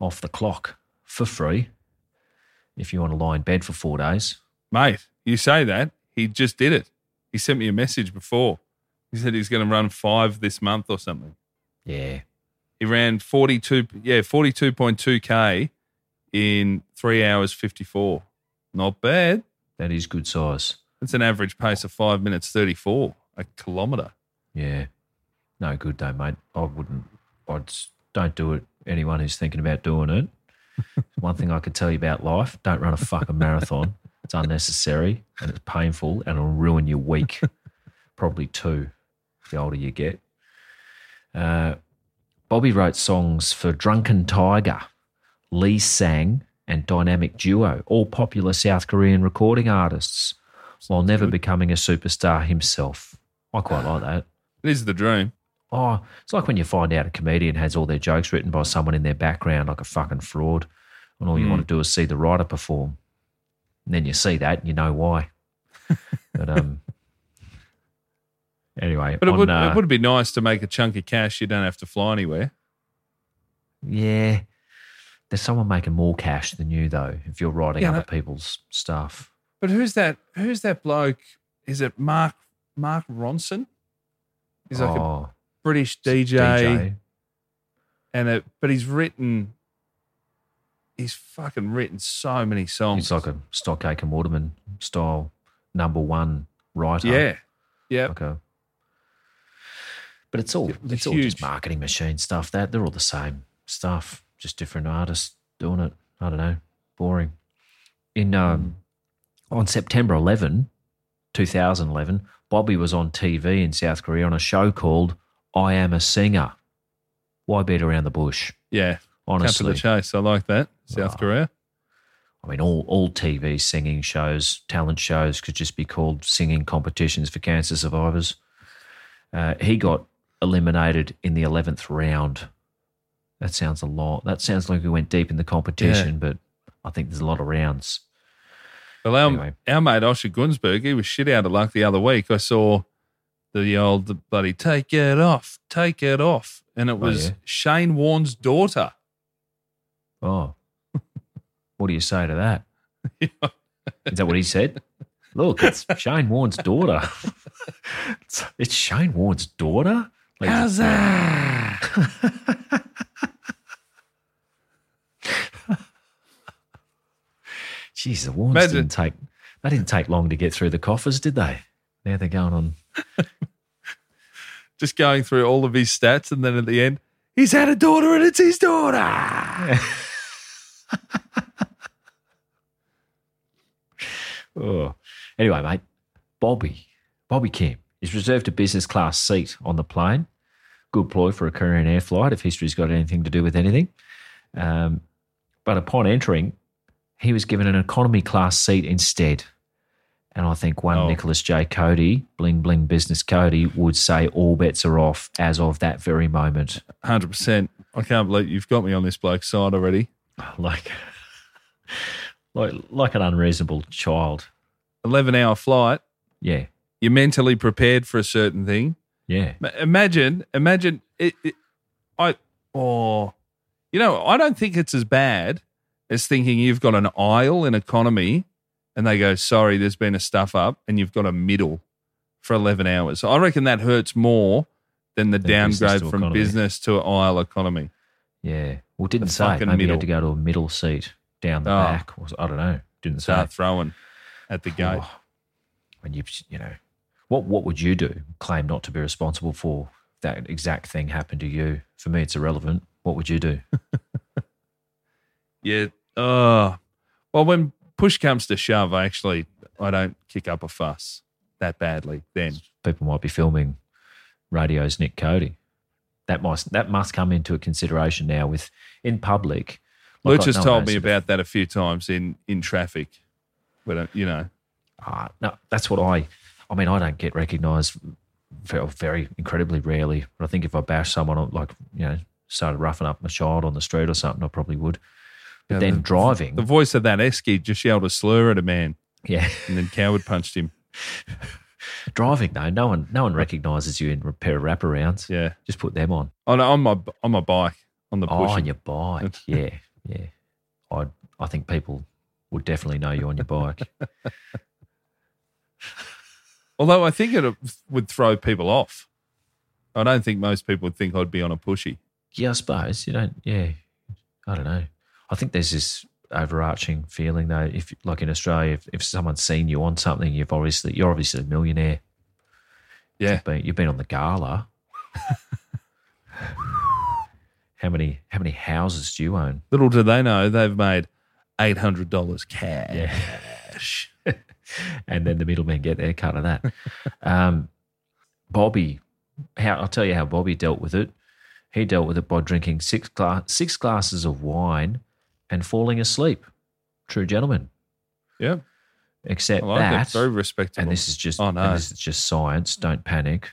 S2: off the clock for free if you want to lie in bed for four days.
S1: mate, you say that he just did it. He sent me a message before. He said he's going to run five this month or something.
S2: Yeah,
S1: He ran forty two, yeah, forty two point two k in three hours fifty four. Not bad.
S2: that is good size.
S1: It's an average pace of five minutes thirty four a kilometre.
S2: Yeah, no good though, mate. I wouldn't. I'd s- don't do it. Anyone who's thinking about doing it, one thing I could tell you about life: don't run a fucking marathon. It's unnecessary and it's painful, and it'll ruin your week. Probably two. The older you get. Uh, Bobby wrote songs for Drunken Tiger, Lee Sang, and Dynamic Duo, all popular South Korean recording artists, while never becoming a superstar himself. I quite like that.
S1: It is the dream.
S2: Oh, it's like when you find out a comedian has all their jokes written by someone in their background, like a fucking fraud, and all you
S1: Mm.
S2: want to do is see the writer perform. And then you see that and you know why. But um, anyway,
S1: But it
S2: on,
S1: would
S2: uh,
S1: it would be nice to make a chunk of cash. You don't have to fly anywhere.
S2: yeah. There's someone making more cash than you though if you're writing
S1: Yeah,
S2: other
S1: no-
S2: people's stuff.
S1: But who's that? Who's that bloke? Is it Mark Mark Ronson? He's like a
S2: Oh,
S1: British DJ, and a, but he's written. He's fucking written so many songs.
S2: He's like a Stockacre Waterman style number one writer.
S1: yeah, yeah.
S2: Okay. But it's all
S1: It's
S2: it's, all just
S1: huge.
S2: marketing machine stuff. That they're all the same stuff, just different artists doing it. I don't know, boring. In um, on September 11, 2011, Bobby was on TV in South Korea on a show called "I Am a Singer." Why beat around the bush?
S1: yeah. Cut to
S2: Honestly,
S1: the chase. I like that. South
S2: Ah.
S1: Korea.
S2: I mean, all, all TV singing shows, talent shows could just be called singing competitions for cancer survivors. Uh, he got eliminated in the 11th round. That sounds a lot. That sounds like we went deep in the competition, but I think there's a lot of rounds.
S1: Well, our,
S2: Anyway.
S1: our mate Osher Gunsberg, he was shit out of luck the other week. I saw the old bloody take it off, take it off, and it was
S2: Oh, yeah.
S1: Shane Warne's daughter.
S2: Oh, what do you say to that? Is that what he said? Look, it's Shane Warne's daughter. it's, it's Shane Warne's daughter? Like, Jeez, the Warns
S1: Imagine-
S2: didn't take that didn't take long to get through the coffers, did they? Now they're going on.
S1: just going through all of his stats, and then at the end, he's had a daughter, and it's his daughter.
S2: Oh. Anyway, mate, Bobby, Bobby Kim is reserved a business class seat on the plane. Good ploy for a Korean air flight if history's got anything to do with anything. Um, but upon entering, he was given an economy class seat instead. And I think one
S1: Oh.
S2: Nicholas J. Cody, Bling Bling Business Cody, would say all bets are off as of that very moment.
S1: Hundred percent. I can't believe you've got me on this bloke's side already.
S2: Like, like, like an unreasonable child.
S1: Eleven-hour flight.
S2: Yeah,
S1: You're mentally prepared for a certain thing.
S2: yeah.
S1: Ma- Imagine, imagine it. it I oh, you know, I don't think it's as bad as thinking you've got an aisle in economy, and they go, "Sorry, there's been a stuff up," and you've got a middle for eleven hours. I reckon that hurts more than the
S2: Than business
S1: downgrade
S2: to
S1: from
S2: economy.
S1: business to aisle economy.
S2: Yeah. Well, it didn't
S1: The
S2: say.
S1: fucking
S2: Maybe you
S1: middle.
S2: had to go to a middle seat down the
S1: Oh.
S2: back. Or, I don't know. Didn't say.
S1: Start throwing at the gate.
S2: Oh. And you, you know, what what would you do? Claim not to be responsible for if that exact thing happened to you. For me, it's irrelevant. What would you do?
S1: Yeah. Uh, well, when push comes to shove, I actually I don't kick up a fuss. that badly then.
S2: People might be filming radio's Nick Cody. That must that must come into consideration now with in public.
S1: Luch has told me about that a few times in in traffic, but you know,
S2: uh, no, that's what I. I mean, I don't get recognised very, very incredibly rarely. But I think if I bash someone, like you know, started roughing up my child on the street or something, I probably would. But
S1: Yeah,
S2: then
S1: the-
S2: driving,
S1: The voice of that Esky just yelled a slur at a man.
S2: Yeah.
S1: And then Coward punched him.
S2: driving though, no one no one recognises you in a pair of wraparounds.
S1: Yeah,
S2: just put them on.
S1: On, on my on my bike, on the
S2: Oh,
S1: bush.
S2: on your bike, yeah, yeah. I I think people would definitely know you on your bike.
S1: Although I think it would throw people off. I don't think most people would think I'd be on a pushy.
S2: Yeah, I suppose you don't. Yeah, I don't know. I think there's this overarching feeling though. If like in Australia, if, if someone's seen you on something, you've obviously you're obviously a millionaire.
S1: Yeah,
S2: you've been, you've been on the gala. how many how many houses do you own?
S1: Little do they know they've made eight hundred dollars cash.
S2: and then the middlemen get their cut of that. um, Bobby, how I'll tell you how Bobby dealt with it. He dealt with it by drinking six gla- six glasses of wine and falling asleep. True gentleman.
S1: Yeah.
S2: Except
S1: I like it.
S2: that
S1: Very respectable.
S2: And this is just
S1: Oh,
S2: oh,
S1: no.
S2: this is just science. Don't panic.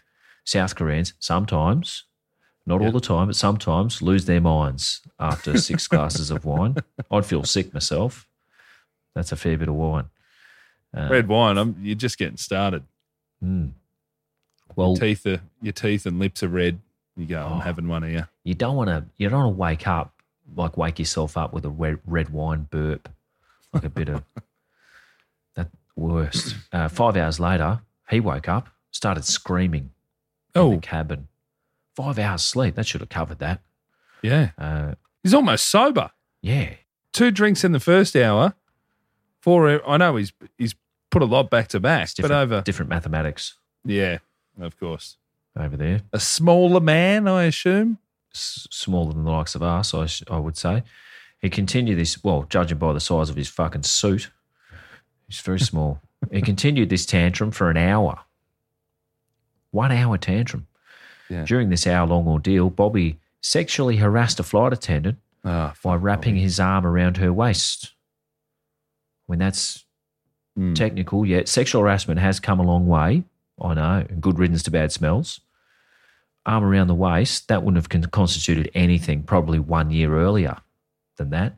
S2: South Koreans sometimes, not all the time, but sometimes lose their minds after six glasses of wine. I'd feel sick myself. That's a fair bit of wine. Uh,
S1: Red wine, I'm, you're just getting started.
S2: mm. Well,
S1: your teeth are your teeth and lips are red. You go,
S2: Oh.
S1: I'm having one here.
S2: you don't want to you don't want to wake up like wake yourself up with a red, red wine burp like a bit of that worst uh, five hours later he woke up started screaming in
S1: Oh.
S2: the cabin five hours sleep that should have covered that
S1: Yeah.
S2: uh,
S1: He's almost sober.
S2: yeah
S1: Two drinks in the first hour. Four I know he's he's put a lot back to back, but
S2: different,
S1: over
S2: different mathematics
S1: Yeah, of course.
S2: over there
S1: A smaller man, I assume.
S2: s- smaller than the likes of us I, sh- I would say he continued this well judging by the size of his fucking suit he's very small he continued this tantrum for an hour one hour tantrum.
S1: Yeah.
S2: During this hour long ordeal, Bobby sexually harassed a flight attendant
S1: Ah,
S2: by wrapping his arm around her waist. I mean, that's
S1: Mm.
S2: technical, yet sexual harassment has come a long way. I know. And good riddance to bad smells. Arm around the waist, that wouldn't have con- constituted anything probably one year earlier than that.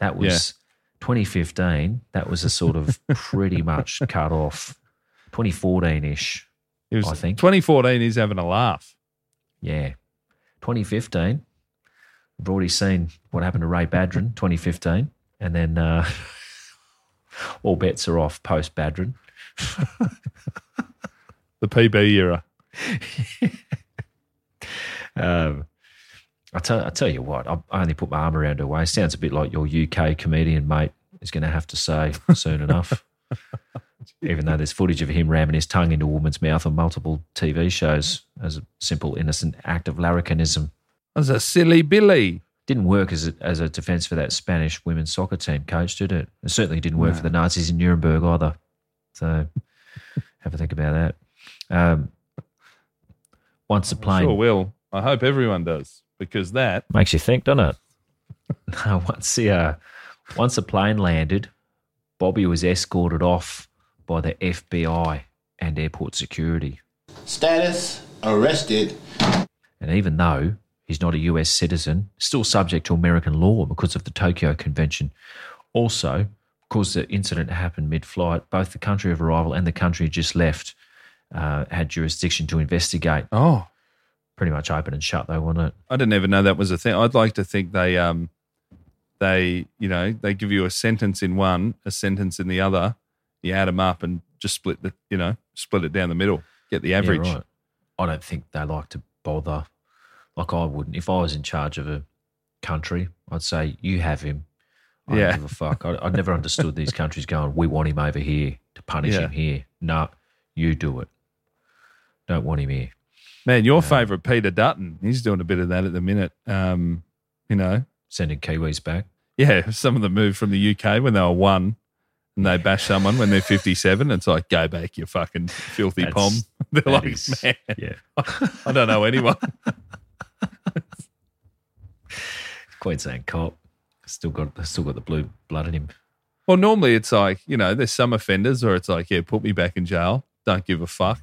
S2: That was 2015. That was a sort of pretty much cut off 2014 ish.
S1: He was,
S2: I think.
S1: 2014 he's having a laugh.
S2: Yeah. 2015. We've already seen what happened to Ray Badron 2015. And then uh, all bets are off post Badron.
S1: The PB era.
S2: Um, I, tell, I tell you what, I I only put my arm around her waist. Sounds a bit like your UK comedian mate is going to have to say soon enough. Even though there's footage of him ramming his tongue into a woman's mouth on multiple TV shows as a simple, innocent act of larrikinism.
S1: That's a silly Billy.
S2: didn't work as a, as a defense for that Spanish women's soccer team coach, did it? It certainly didn't work for the Nazis in Nuremberg either. So have a think about that. Um, once the plane
S1: Sure will. I hope everyone does because that
S6: Makes you think, doesn't it?
S2: No, once the uh, once the plane landed, Bobby was escorted off by the FBI and airport security.
S11: Status arrested.
S2: And even though he's not a US citizen, still subject to American law because of the Tokyo Convention. Also, because the incident happened mid flight, both the country of arrival and the country just left uh, had jurisdiction to investigate.
S1: Oh.
S2: Pretty much open and shut, though, wasn't it?
S1: I didn't even know that was a thing. I'd like to think they um they you know they give you a sentence in one, a sentence in the other. You add them up and just split the you know split it down the middle. Get the
S2: Yeah,
S1: average.
S2: right. I don't think they like to bother. Like I wouldn't. If I was in charge of a country, I'd say, you have him. I
S1: Yeah.
S2: don't give a fuck. I, I never understood these countries going, we want him over here to punish
S1: Yeah.
S2: him here. No, you do it. Don't want him here.
S1: Man, your favorite Peter Dutton. He's doing a bit of that at the minute. Um, you know,
S2: sending Kiwis back.
S1: yeah, some of them moved from the UK when they were one, and they bash someone when they're 57. It's like, go back, you fucking filthy
S6: That's-
S1: pom. They're
S6: that
S1: like,
S6: is-
S1: man,
S6: yeah.
S1: I don't know anyone.
S2: Queensland cop. Still got still got the blue blood in him.
S1: Well, normally it's like, you know, there's some offenders or it's like, yeah, put me back in jail. Don't give a fuck.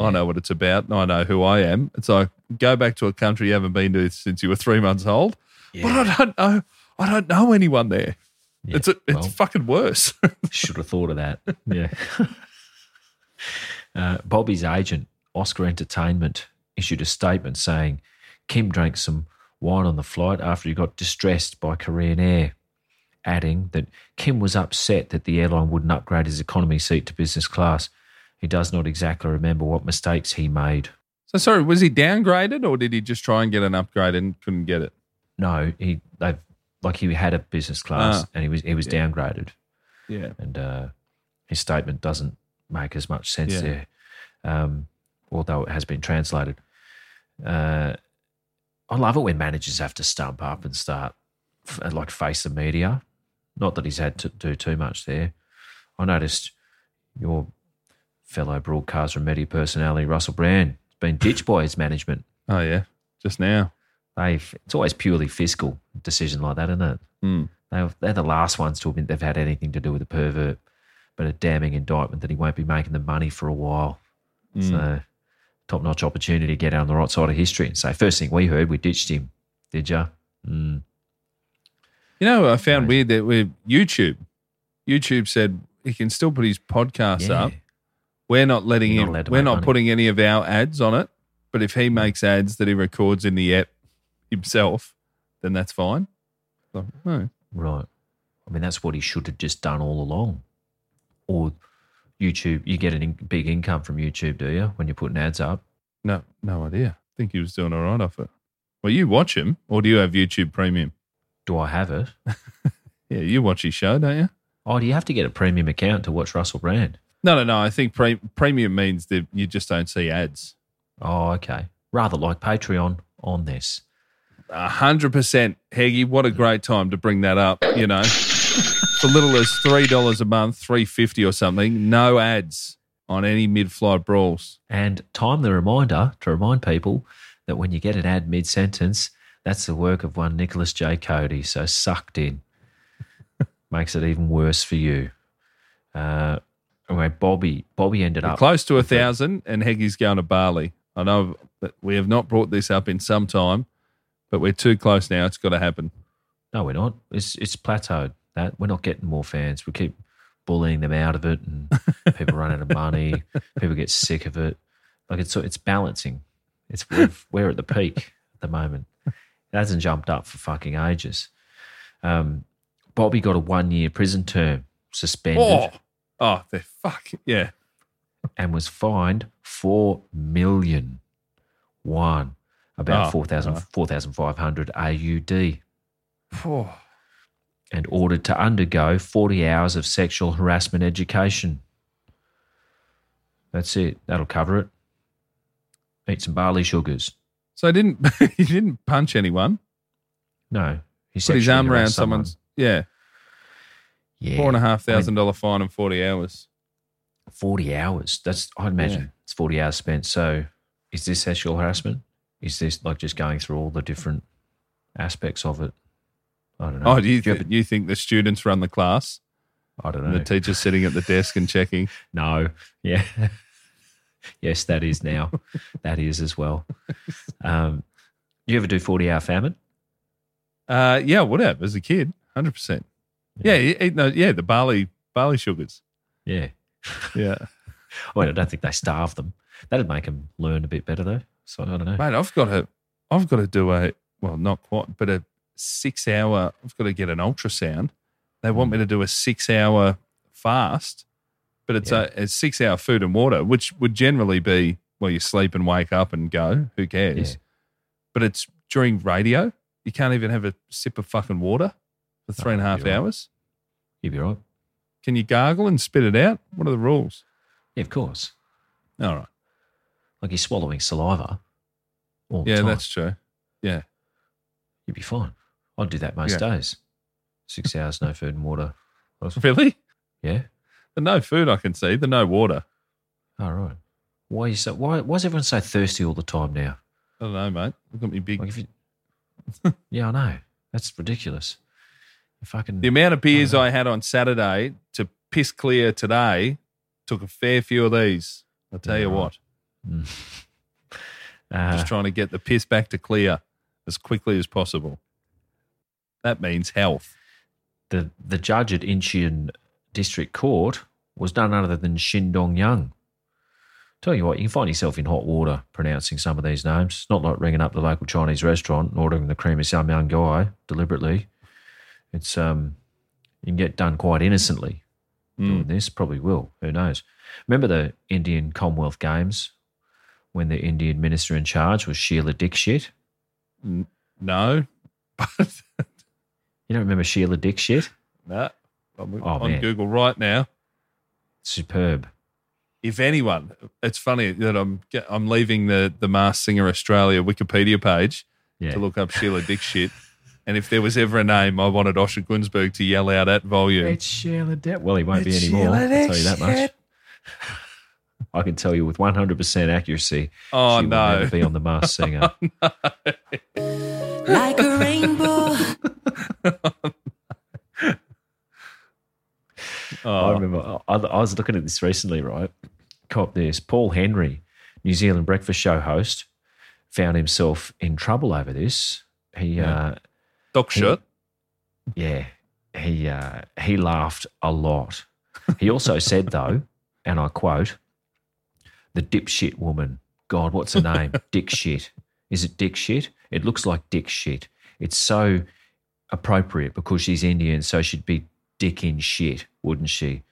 S1: I know what it's about and I know who I am. It's like, go back to a country you haven't been to since you were three months old. But I don't know. I don't know anyone there. it's a, it's
S2: well.
S1: fucking worse.
S2: Should have thought of that. Yeah. uh, Bobby's agent, Oscar Entertainment, issued a statement saying Kim drank some wine on the flight after he got distressed by Korean Air, adding that Kim was upset that the airline wouldn't upgrade his economy seat to business class. He does not exactly remember what mistakes he made.
S1: so sorry, was he downgraded or did he just try and get an upgrade and couldn't get it?
S2: No, he they've like he had a business class
S1: Ah.
S2: and he was he was
S1: Yeah.
S2: downgraded.
S1: Yeah.
S2: and uh, his statement doesn't make as much sense
S1: Yeah.
S2: there, um, although it has been translated. Uh, I love it when managers have to stump up and start f- uh, like face the media. Not that he's had to do too much there. I noticed your fellow broadcaster and media personality Russell Brand has been ditched by his management.
S1: Oh, yeah. Just now.
S2: They it's always purely fiscal decision like that, isn't it?
S1: Hmm.
S2: They, they're the last ones to admit they've had anything to do with a pervert, but a damning indictment that he won't be making the money for a while.
S1: hmm. Mm.
S2: So, top notch opportunity to get on the right side of history and say, first thing we heard, we ditched him. Did ya? Mm.
S1: You know, I found weird that with YouTube, YouTube said he can still put his podcast
S2: Yeah.
S1: up. We're not letting
S2: You're not
S1: him.
S2: allowed to
S1: we're
S2: make
S1: not
S2: money. Mm.
S1: putting any of our ads on it. But if he makes ads that he records in the app himself, then that's fine. Like, no.
S2: Right. I mean, that's what he should have just done all along. Or YouTube, you get a in- big income from YouTube, do you, when you're putting ads up?
S1: No, no idea. I think he was doing all right off it. Well, you watch him, or do you have YouTube Premium?
S2: Do I have it?
S1: Yeah, you watch his show, don't you?
S2: Oh, do you have to get a premium account to watch Russell Brand?
S1: No, no, no. I think pre- Premium means that you just don't see ads.
S2: Oh, okay. Rather like Patreon on this.
S1: A hundred percent, Heggy. What a great time to bring that up. You know, for little as three dollars a month, three fifty or something, no ads on any mid-flight brawls.
S2: And time the reminder to remind people that when you get an ad mid sentence, that's the work of one Nicholas J. Cody. So sucked in makes it even worse for you. Uh, anyway, Bobby, Bobby ended
S1: We're
S2: up
S1: close to a thousand, and Heggy's going to Bali. I know that we have not brought this up in some time, but we're too close now. It's got to happen.
S2: No, we're not. It's it's plateaued. That we're not getting more fans. We keep bullying them out of it, and people run out of money. People get sick of it. Like it's it's balancing. It's we've, we're at the peak at the moment. It hasn't jumped up for fucking ages. Um, Bobby got a one year prison term suspended
S1: Oh, oh, the fuck yeah.
S2: and was fined four million one about
S1: Oh,
S2: 4,000
S1: right.
S2: 4,500 AUD.
S1: Oh,
S2: and ordered to undergo 40 hours of sexual harassment education. That's it. That'll cover it. Eat some barley sugars.
S1: So he didn't he didn't punch anyone?
S2: No,
S1: Put
S2: he
S1: his
S2: sexually
S1: arm around
S2: harassed someone.
S1: someone's yeah,
S2: yeah.
S1: four and a half
S2: I mean,
S1: thousand dollar fine and forty hours.
S2: 40 hours. That's I'd imagine
S1: Yeah.
S2: it's 40 hours spent. So, is this sexual harassment? Is this like just going through all the different aspects of it? I don't know.
S1: Oh, do you,
S2: Do you
S1: th- you think the students run the class
S2: I don't know.
S1: and the teacher's sitting at the desk and checking?
S2: No. Yeah. yes, that is now. that is as well. Um, you ever do 40 hour famine?
S1: Uh, yeah, would have as a kid, hundred percent. Yeah, you eat those, yeah, the barley barley sugars.
S2: Yeah.
S1: Yeah,
S2: Well, I don't think they starve them. That'd make them learn a bit better, though. So I don't know.
S1: mate, I've got to, I've got to do a well, not quite, but a six hour. I've got to get an ultrasound. They want me to do a six hour fast, but it's
S2: Yeah.
S1: a, a six hour food and water, which would generally be well, you sleep and wake up and go. Who cares?
S2: Yeah.
S1: But it's during radio. You can't even have a sip of fucking water for three and a
S2: that'd
S1: half
S2: be Oh, right.
S1: hours.
S2: You'd be right.
S1: Can you gargle and spit it out? What are the rules?
S2: Yeah, of course.
S1: All right.
S2: Like you're swallowing saliva all the
S1: Yeah,
S2: time.
S1: that's true. Yeah.
S2: You'd be fine. I'd do that most
S1: Yeah.
S2: days. Six hours, no food and water.
S1: Really?
S2: Yeah.
S1: The no food I can see. The no water.
S2: All right. Why is so? Why, why is everyone so thirsty all the time now?
S1: I don't know, mate. Look at me big.
S2: Like if you, yeah, I know. That's ridiculous. If I can, uh,
S1: the amount of beers
S2: don't know.
S1: I had on Saturday to piss clear today took a fair few of these. I'll tell you
S2: Yeah,
S1: what.
S2: Mm.
S1: Just
S2: Uh,
S1: trying to get the piss back to clear as quickly as possible. That means health.
S2: the the judge at Incheon District Court was none other than Shin Dong Young. Tell you what, you can find yourself in hot water pronouncing some of these names. It's not like ringing up the local Chinese restaurant and ordering the cream of some young guy deliberately. It's um, you can get done quite innocently
S1: Hmm.
S2: doing this. Probably will. Who knows? Remember the Indian Commonwealth Games when the Indian minister in charge was Sheila Dixit.
S1: N- no, but
S2: You don't remember Sheila Dixit?
S1: no. I'm
S2: Oh,
S1: on
S2: man.
S1: Google right now.
S2: Superb.
S1: if anyone, it's funny that I'm I'm leaving the the Mars Singer Australia Wikipedia page
S2: Yeah.
S1: to look up Sheila Dick shit. And if there was ever a name I wanted Osher Gunsberg to yell out at volume,
S2: It's Sheila Dick. Well, he won't
S1: It's
S2: be anymore. I'll
S1: Sheila
S2: tell you that much.
S1: Dixit.
S2: I can tell you with 100% accuracy.
S1: oh
S2: she Will
S1: no,
S2: never be on the Masked Singer.
S9: like a rainbow.
S2: I
S1: oh,
S2: remember I, I was looking at this recently, right? Cop this. Paul Henry, New Zealand breakfast show host, found himself in trouble over this. He, uh,
S1: Doc Shirt.
S2: yeah, he, uh, he laughed a lot. He also said, though, and I quote, the dipshit woman. God, what's her name? dick shit. Is it dick shit? It looks like dick shit. It's so appropriate because she's Indian, so she'd be dick in shit, wouldn't she?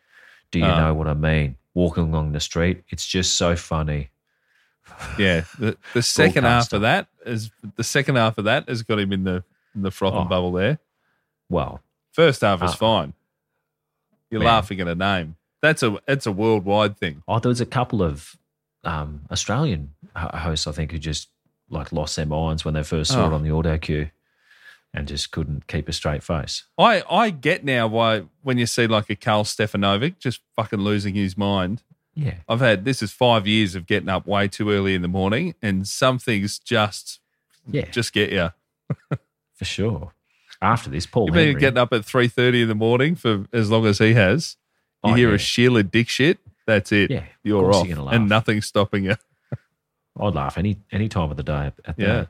S2: Do you
S1: Ah.
S2: know what I mean? Walking along the street, it's just so funny.
S1: Yeah, the, the second half
S2: Broadcaster.
S1: of that is the second half of that has got him in the in the froth and
S2: Oh.
S1: bubble there.
S2: Well,
S1: First half is
S2: Ah.
S1: fine. You're
S2: Man.
S1: laughing at a name. That's a it's a worldwide thing.
S2: oh, there was a couple of um, Australian ho- hosts, I think, who just like lost their minds when they first saw
S1: Oh.
S2: it on the audio cue, and just couldn't keep a straight face.
S1: I, I get now why when you see like a Carl Stefanovic just fucking losing his mind.
S2: Yeah.
S1: I've had this is five years of getting up way too early in the morning, and some things just
S2: Yeah.
S1: just get you.
S2: For sure. After this, Paul
S1: You've
S2: Henry.
S1: been getting up at three thirty in the morning for as long as he has. You
S2: Oh,
S1: hear
S2: yeah.
S1: a Sheila Dick shit. That's it.
S2: Yeah, of
S1: you're
S2: course
S1: off,
S2: you're gonna
S1: and
S2: laugh.
S1: nothing's stopping you.
S2: I'd laugh any any time of the day at, at
S1: Yeah,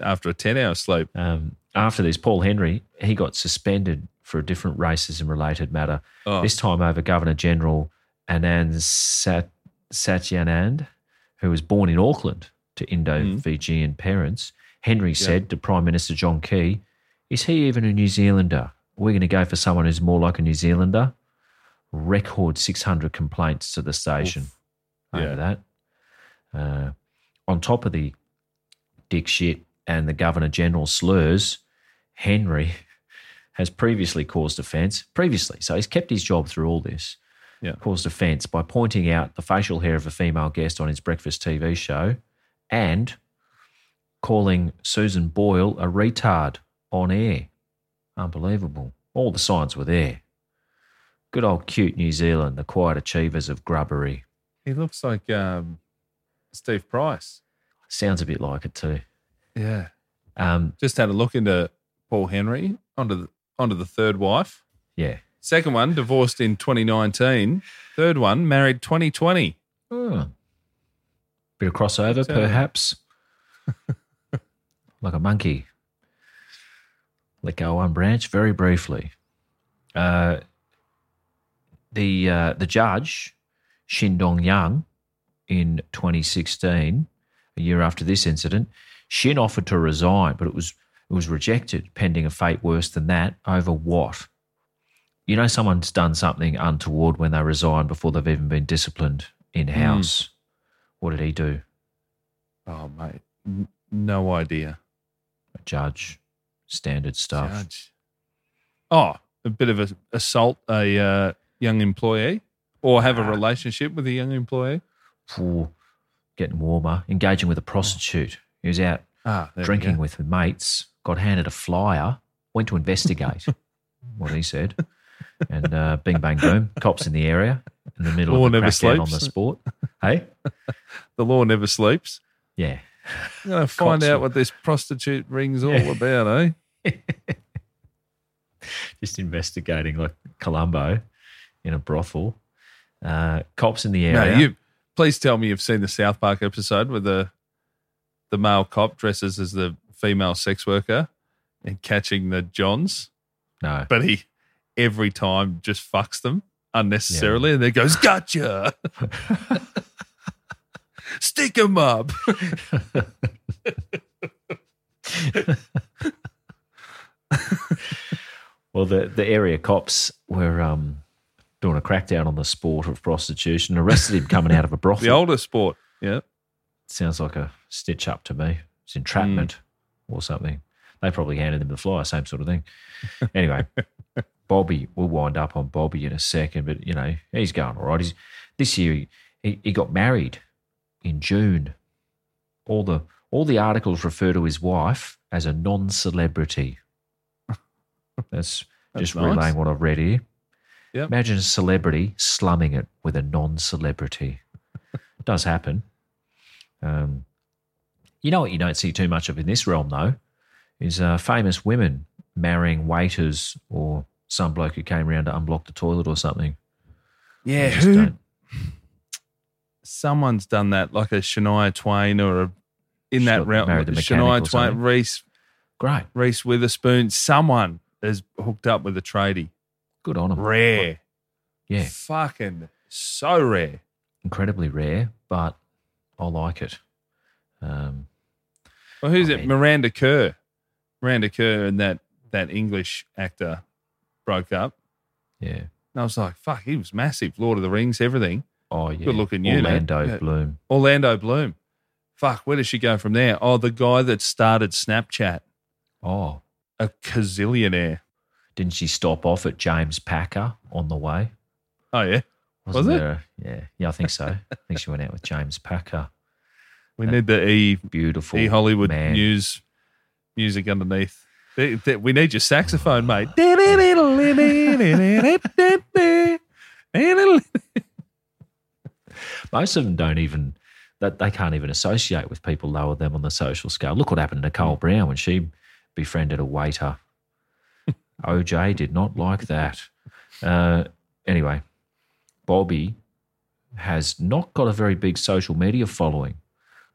S1: after a ten-hour sleep.
S2: that. Um, after this, Paul Henry he got suspended for a different racism related matter.
S1: Oh,
S2: This time over Governor General Anand Sat- Satyanand, who was born in Auckland to Indo-Fijian parents. Henry said to Prime Minister John Key, "Is he even a New Zealander? We're going to go for someone who's more like a New Zealander." Record 600 complaints to the station.
S1: oof.
S2: over
S1: Yeah.
S2: that. Uh, on top of the dick shit and the Governor General slurs, Henry has previously caused offence. Previously, so he's kept his job through all this.
S1: Yeah.
S2: Caused offence by pointing out the facial hair of a female guest on his breakfast TV show, and calling Susan Boyle a retard on air. Unbelievable. All the signs were there. Good old cute New Zealand, the quiet achievers of grubbery.
S1: he looks like um, Steve Price.
S2: Sounds a bit like it too.
S1: Yeah,
S2: Um,
S1: just had a look into Paul Henry onto the, onto the third wife.
S2: yeah.
S1: Second one divorced in 2019. Third one married 2020.
S2: Hmm. Bit of crossover,
S1: So-
S2: perhaps. like a monkey. Let go of one branch very briefly. Uh, the uh, the judge, Shin Dong Yang, in 2016, a year after this incident, Shin offered to resign, but it was it was rejected pending a fate worse than that. Over what? You know, someone's done something untoward when they resign before they've even been disciplined in house. What did he do?
S1: Oh mate, n- no idea.
S2: A judge, standard stuff.
S1: Judge. Oh, a bit of a assault a uh, young employee, or have a
S2: Ah.
S1: relationship with a young employee.
S2: Phew, getting warmer, engaging with a prostitute. He was out
S1: Ah, there we
S2: drinking
S1: go.
S2: with mates, got handed a flyer, went to investigate, what he said, and uh, bing bang boom, cops in the area in the middle
S1: Law
S2: of the
S1: never
S2: crackdown on
S1: sleeps.
S2: the sport. Hey,
S1: the law never sleeps.
S2: yeah,
S1: I'm going to find
S2: Cops-
S1: out what this prostitute ring's all
S2: Yeah.
S1: about, eh?
S2: just investigating like Columbo in a brothel. Uh, cops in the
S1: No,
S2: area.
S1: you please tell me you've seen the South Park episode where the the male cop dresses as the female sex worker and catching the Johns,
S2: no,
S1: but he every time just fucks them unnecessarily and then goes, Gotcha. Stick him up.
S2: Well, the, the area cops were um, doing a crackdown on the sport of prostitution, arrested him coming out of a brothel.
S1: The older sport. Yeah.
S2: Sounds like a stitch up to me. It's entrapment or something. They probably handed him the flyer, same sort of thing. Anyway, Bobby, we'll wind up on Bobby in a second, but you know, he's going all right. He's, this year, he, he, he got married in June. All the all the articles refer to his wife as a non celebrity. That's,
S1: That's
S2: just
S1: nice.
S2: relaying what I've read here.
S1: Yep.
S2: Imagine a celebrity slumming it with a non celebrity. it does happen. Um, you know what you don't see too much of in this realm, though, is uh, famous women marrying waiters or some bloke who came around to unblock the toilet or something.
S1: Yeah.
S2: You just
S1: Who,
S2: don't-
S1: someone's done that, like a Shania Twain or a in
S2: She's
S1: that
S2: got
S1: realm.
S2: married the mechanic
S1: Shania
S2: or
S1: Twain,
S2: something.
S1: Reese
S2: Great.
S1: Reese Witherspoon, someone is hooked up with a tradie.
S2: Good on them.
S1: Rare.
S2: Mm. Yeah.
S1: Fucking so rare.
S2: Incredibly rare, but I like it. Um,
S1: Well, who's
S2: I
S1: it?
S2: mean-
S1: Miranda Kerr. Miranda Kerr and that that English actor broke up.
S2: yeah.
S1: And I was like, fuck, he was massive. Lord of the Rings, everything.
S2: Oh, yeah.
S1: Good looking unit.
S2: Orlando
S1: Yeah.
S2: Bloom.
S1: Orlando Bloom. Fuck, where does she go from there? Oh, the guy that started Snapchat,
S2: Oh,
S1: a gazillionaire.
S2: didn't she stop off at James Packer on the way?
S1: Oh, yeah.
S2: Wasn't
S1: Was it?
S2: there a- yeah, yeah, I think so. I think she went out with James Packer.
S1: We need the E,
S2: Beautiful,
S1: e Hollywood
S2: man.
S1: news music underneath. They- they- We need your saxophone, mate.
S2: Most of them don't even that they can't even associate with people lower than them on the social scale. Look what happened to Nicole Brown when she befriended a waiter. OJ did not like that. Uh, anyway, Bobby has not got a very big social media following.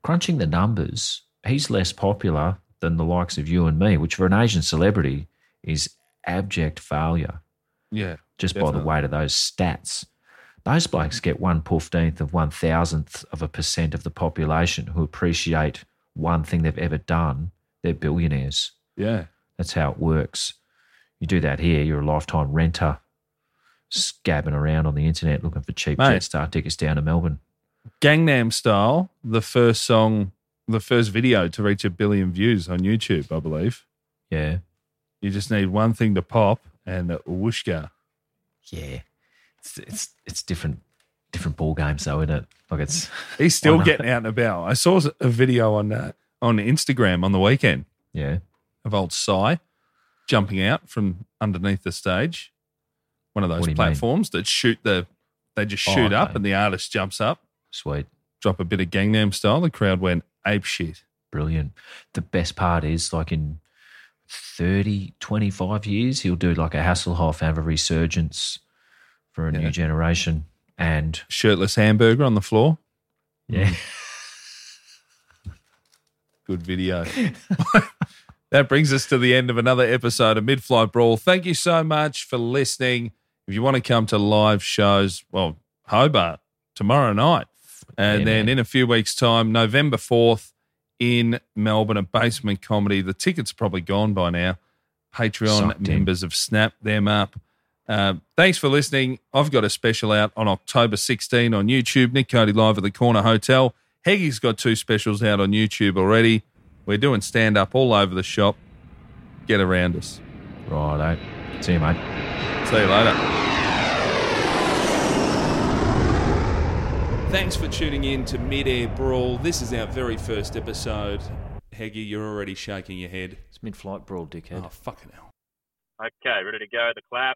S2: Crunching the numbers, he's less popular than the likes of you and me, which for an Asian celebrity is abject failure
S1: Yeah.
S2: just by the
S1: Definitely.
S2: weight of those stats. Those blokes get one fifteenth of one thousandth of a percent of the population who appreciate one thing they've ever done. They're billionaires.
S1: Yeah.
S2: That's how it works. You do that here, you're a lifetime renter, scabbing around on the internet looking for cheap
S1: Mate.
S2: jet star tickets down to Melbourne.
S1: Gangnam Style, the first song, the first video to reach a billion views on YouTube, I believe.
S2: Yeah,
S1: You just need one thing to pop and whooshka.
S2: yeah. It's it's, it's different different ball games though, isn't it? Like it's
S1: He's still
S2: Why not?
S1: getting out and about. I saw a video on uh, on Instagram on the weekend
S2: yeah.
S1: of old Psy jumping out from underneath the stage, one of
S2: What
S1: those
S2: do you mean?
S1: platforms that shoot the, they just
S2: Oh,
S1: shoot up
S2: okay.
S1: and the artist jumps up,
S2: Sweet.
S1: drop a bit of Gangnam Style. The crowd went ape shit.
S2: Brilliant. The best part is like in 30, 25 years, he'll do like a Hasselhoff, have a resurgence for a
S1: Yeah.
S2: new generation. And
S1: Shirtless hamburger on the floor.
S2: yeah,
S1: Good video. that brings us to the end of another episode of Mid Flight Brawl. Thank you so much for listening. If you want to come to live shows, well, Hobart tomorrow night. And
S2: Yeah,
S1: then
S2: man.
S1: in a few weeks' time, November 4th in Melbourne, a basement comedy. The tickets are probably gone by now. Patreon
S2: Sucked in.
S1: members have snapped them up. Uh, thanks for listening. I've got a special out on October 16 on YouTube. Nick Cody live at the Corner Hotel. Heggy's got two specials out on YouTube already. We're doing stand up all over the shop. Get around us.
S2: righto. See you, mate.
S1: See you later. Thanks for tuning in to Mid Air Brawl. This is our very first episode. Heggy, you're already shaking your head.
S2: It's mid flight brawl, dickhead.
S1: Oh, fucking hell.
S12: Okay, ready to go. The clap.